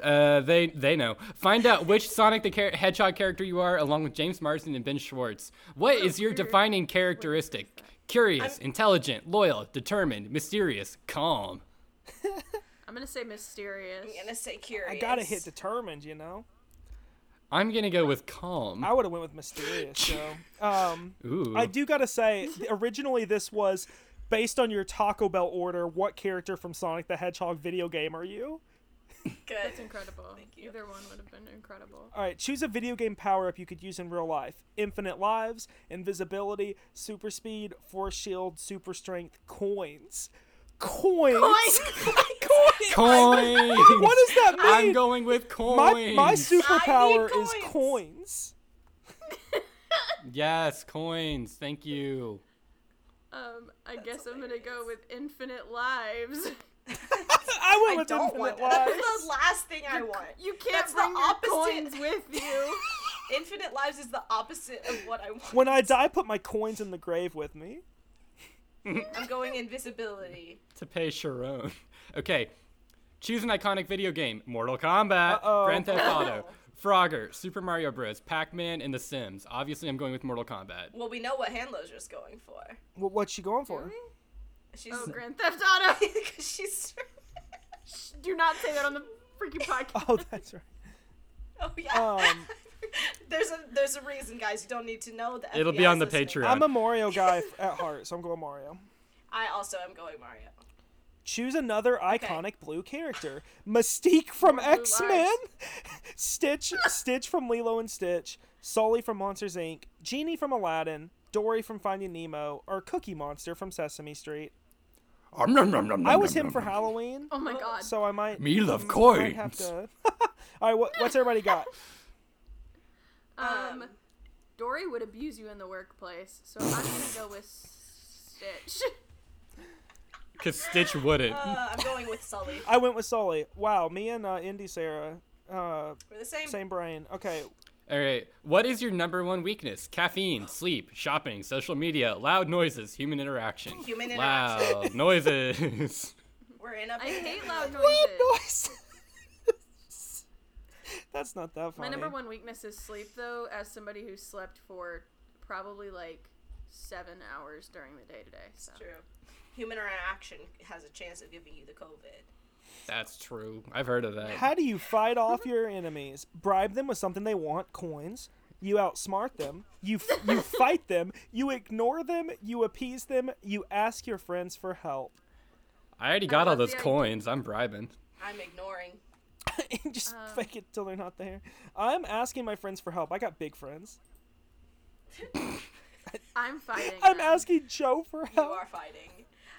Uh, they they know. Find out which Sonic the Char- Hedgehog character you are, along with James Marsden and Ben Schwartz. What is your defining characteristic? Curious, intelligent, loyal, determined, mysterious, calm. I'm gonna say mysterious. I'm gonna say curious. I gotta hit determined. You know, I'm gonna go with calm. I would have went with mysterious. So, um, Ooh. I do gotta say, th- originally this was based on your Taco Bell order. What character from Sonic the Hedgehog video game are you? Good. That's incredible. you. Either one would have been incredible. All right, choose a video game power up you could use in real life. Infinite lives, invisibility, super speed, force shield, super strength, coins. Coins. coins. Coins. What does that mean? I'm going with coins. my, my superpower I need is coins. coins. yes, coins. Thank you. Um, I guess I'm gonna go with infinite lives. I I went with don't want infinite that. lives. That's the last thing I want. You can't That's the bring your opposite. coins with you. Infinite lives is the opposite of what I want. When I die, put my coins in the grave with me. I'm going invisibility. to pay Sharon. Okay. Choose an iconic video game Mortal Kombat, Uh-oh. Grand Theft Auto, Frogger, Super Mario Bros., Pac Man, and The Sims. Obviously, I'm going with Mortal Kombat. Well, we know what Handloser's going for. Wh- what's she going for? She's Oh, Grand Theft Auto. 'cause she's. Do not say that on the freaking podcast. Oh, that's right. Oh yeah. Um, there's a there's a reason, guys. You don't need to know that. It'll be on the Patreon. I'm a Mario guy f- at heart, so I'm going Mario. I also am going Mario. Choose another iconic blue character. Mystique from More blue X Men, Stitch Stitch from Lilo and Stitch, Sully from Monsters Inc., Genie from Aladdin, Dory from Finding Nemo, or Cookie Monster from Sesame Street. Um, nom, nom, nom, I nom, was nom, him for nom. Halloween, Oh my god. so I might mm, Me love might have coins. to. All right, what, what's everybody got? Um, Dory would abuse you in the workplace, so I'm gonna go with Stitch. Because Stitch wouldn't. Uh, I'm going with Sully. I went with Sully. Wow, me and uh, Indy Sarah, uh, We're the same. same brain. Okay, All right. What is your number one weakness? Caffeine, sleep, shopping, social media, loud noises, human interaction. Human Loud noises. We're in a. I hate loud noises. Loud noise. That's not that funny. My number one weakness is sleep, though. As somebody who slept for probably like seven hours during the day today, so It's true. Human interaction has a chance of giving you the COVID. That's true. I've heard of that. How do you fight off your enemies? Bribe them with something they want, coins. You outsmart them. You f- you fight them. You ignore them. You appease them. You ask your friends for help. I already got all love those the idea. coins. I'm bribing. I'm ignoring. And just Uh. fake it till they're not there. I'm asking my friends for help. I got big friends. I'm fighting. I'm them. asking Joe for Uh. You help. are fighting.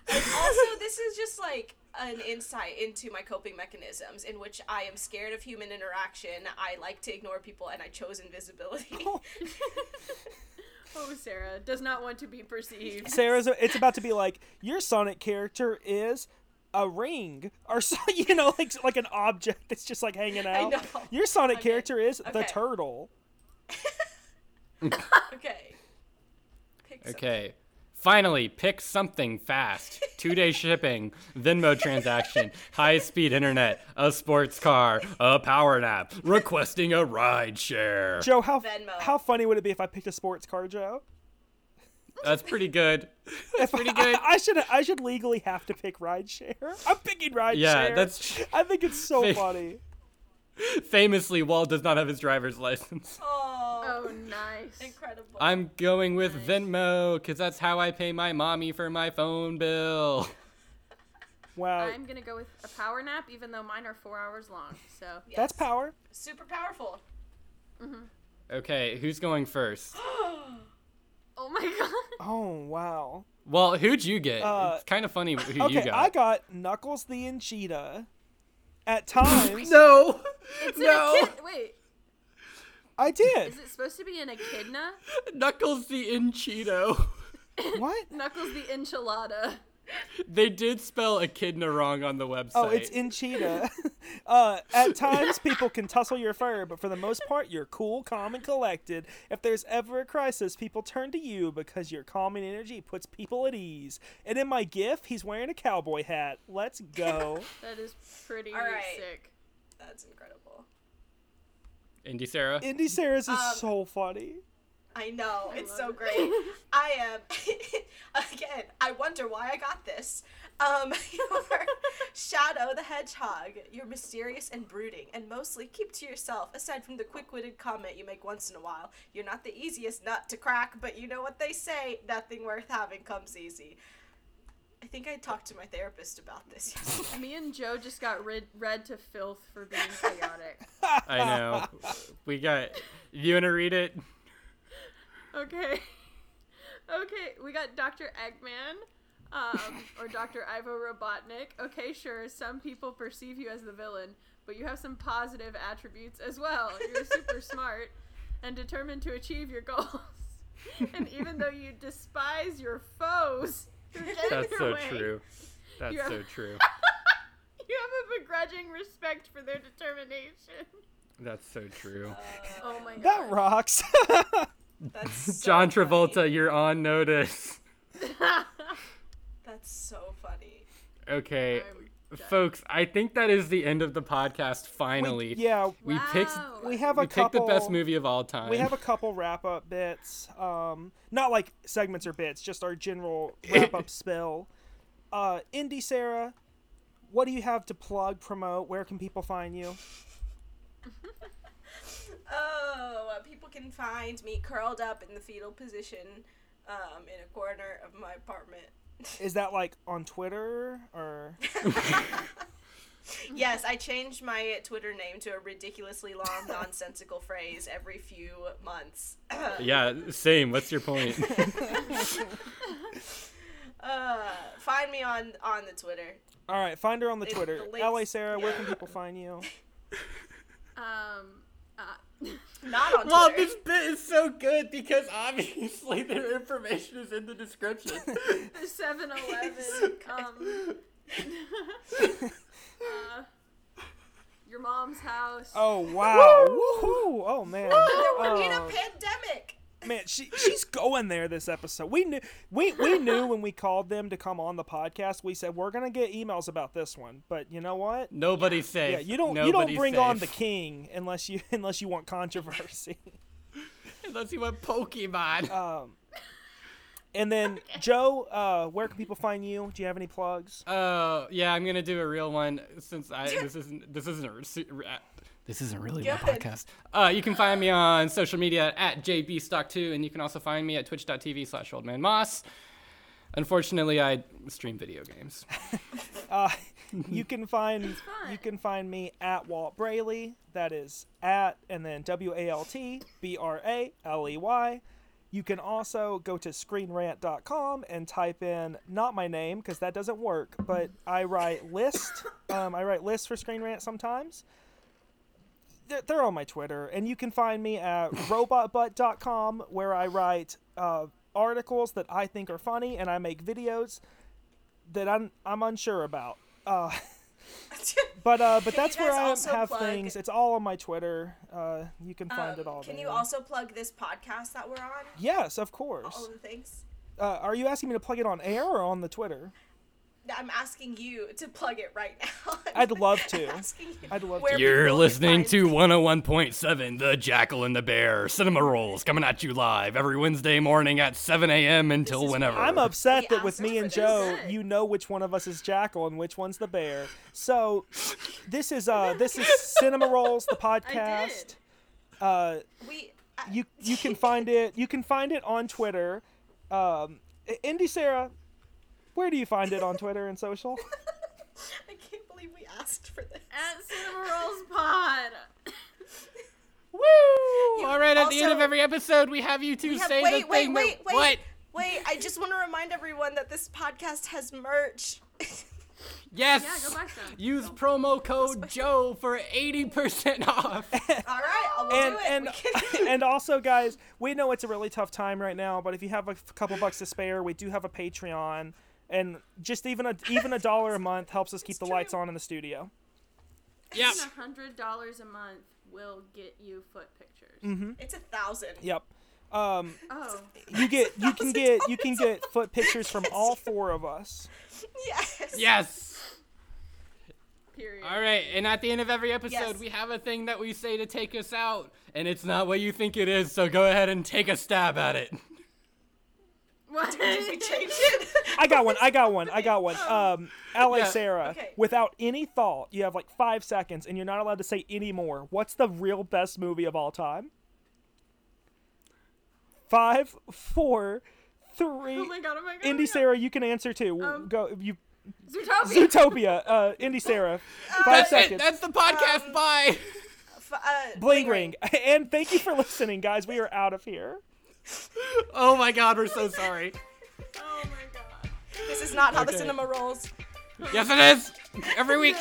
And also, this is just like an insight into my coping mechanisms, in which I am scared of human interaction. I like to ignore people, and I chose invisibility. Oh, Sarah does not want to be perceived. Sarah's. It's about to be like your Sonic character is a ring or so you know like like an object that's just like hanging out. know. Your Sonic character is the Okay. turtle. okay. Pick some- Okay. Finally, pick something fast. Two day shipping, Venmo transaction, high speed internet, a sports car, a power nap, requesting a ride share. Joe, how Venmo. how funny would it be if I picked a sports car, Joe? That's pretty good. That's pretty good. I should I should legally have to pick rideshare. I'm picking rideshare. Yeah, that's I think it's so Fa- funny. famously Wall does not have his driver's license. Oh, Oh, nice. incredible. I'm going with Venmo because that's how I pay my mommy for my phone bill. Wow, I'm gonna go with a power nap, even though mine are four hours long. So Yes. that's power. Super powerful. Okay, who's going first? Oh my god. Oh wow. Well, who'd you get? Uh, it's kind of funny who Okay, you got. I got Knuckles the Enchita. At times, no, Is it no. a kid- wait, I did. is it supposed to be an echidna? Knuckles the Inchito. What? Knuckles the enchilada. They did spell echidna wrong on the website. Oh, it's Enchita. uh, at times, people can tussle your fur, but for the most part, you're cool, calm, and collected. If there's ever a crisis, people turn to you because your calming energy puts people at ease. And in my GIF, he's wearing a cowboy hat. Let's go. That is pretty All right. sick. That's incredible. Indy Sarah. Indy Sarah's is Um, so funny. I know. it's love so it. great. I am again, I wonder why I got this. Um you're Shadow the Hedgehog. You're mysterious and brooding and mostly keep to yourself, aside from the quick witted comment you make once in a while. You're not the easiest nut to crack, but you know what they say, nothing worth having comes easy. I think I talked to my therapist about this yesterday. Me and Joe just got rid read to filth for being chaotic. I know. we got. You wanna read it? Okay. Okay, we got Dr. Eggman um, or Dr. Ivo Robotnik. Okay, sure, some people perceive you as the villain, but you have some positive attributes as well. You're super smart and determined to achieve your goals. and even though you despise your foes, you're getting That's your so way. true. That's Yeah. so true. You have a begrudging respect for their determination. That's so true. Oh my god. That rocks. That's so John funny. Travolta, you're on notice. That's so funny. Okay, I'm folks, I think that is the end of the podcast. Finally, yeah, we picked. Wow. we have a We picked couple. the best movie of all time. We have a couple wrap up bits. Um, not like segments or bits, just our general wrap up spill. Uh, Indy Sarah, what do you have to plug, promote? Where can people find you? Oh, uh, people can find me curled up in the fetal position um, in a corner of my apartment. Is that like on Twitter or? yes, I changed my Twitter name to a ridiculously long, nonsensical phrase every few months. yeah, same. What's your point? Uh, find me on on the Twitter. All right, find her on the It- Twitter. the links- La Sarah, where can people find you? Um. Uh, Not on Well, Twitter. this bit is so good because obviously their information is in the description. the 7 Eleven. Um, uh, your mom's house. Oh wow! Woohoo! Oh man! We're in a Oh. pandemic. Man, she she's going there this episode. We knew we we knew when we called them to come on the podcast. We said we're gonna get emails about this one, but you know what? Nobody's safe. Yeah, you don't you don't Nobody's bring on the safe. king unless you unless you want controversy. Unless you want Pokemon. Uh, And then Joe, uh, where can people find you? Do you have any plugs? Uh, yeah, I'm gonna do a real one since I this isn't this isn't a, rece- re- uh, this isn't really my Good. podcast. Uh, you can find me on social media at jbstock2, and you can also find me at twitch.tv/slash oldmanmoss. Unfortunately, I stream video games. Uh, you can find fun. you can find me at Walt Brayley. That is at and then W A L T B R A L E Y. You can also go to screenrant.com and type in not my name because that doesn't work. But I write list. Um, I write lists for Screen Rant sometimes. They're, they're on my Twitter, and you can find me at robotbutt.com where I write uh, articles that I think are funny, and I make videos that I'm I'm unsure about. Uh, but uh, but that's you where guys I also have plug- Um, things. It's all on my Twitter. Uh, you can find it all. Can there. you also plug this podcast that we're on? Yes, of course. All of the things. Uh, are you asking me to plug it on air or on the Twitter? I'm asking you to plug it right now. I'd love to. I'm asking you I'd love where to. people You're can listening find- to 101.7 The Jackal and the Bear Cinema Rolls coming at you live every Wednesday morning at 7 a.m. until whenever. I'm upset We that with asked me for and this. Joe, you know which one of us is Jackal and which one's the bear. So this is uh this is Cinema Rolls the podcast. Uh, We. I- you you can find it you can find it on Twitter. Um, I- Indy Sarah, where do you find it on Twitter and social? I can't believe we asked for this. At Cinema Rolls Pod. Woo! All right, at the end of also- every episode, we have you two We have- say wait, the wait, thing wait, that, wait, what? wait! I just want to remind everyone that this podcast has merch. Yes. Yeah, go buy some. Use promo code Joe for 80% off. All right, I'll and do it. and We can- and also guys we know it's a really tough time right now but if you have a f- couple bucks to spare we do have a patreon and just even a even a dollar a month helps us keep the lights true. on in the studio yep. Even hundred dollars a month will get you foot pictures. it's a thousand. yep um Oh, you get you can get you can get foot pictures from all four of us Yes. Yes. period. All right, and at the end of every episode, Yes. we have a thing that we say to take us out, and it's not what you think it is, so go ahead and take a stab at it. What? Oh Did we change it? i got one i got one i got one um la Yeah. sarah Okay. without any thought you have like five seconds and you're not allowed to say any more what's the real best movie of all time five four three Oh my god! Oh my god! Indy Sarah, you can answer too. W- Um, Go you Zootopia. Zootopia, uh Indy Sarah. Five That's seconds. it. That's the podcast. Bye. F- uh, Bling ring. And thank you for listening, guys. We are out of here. Oh my God, we're so sorry. Oh my god. This is not how the Okay. cinema rolls. Yes, it is. Every week.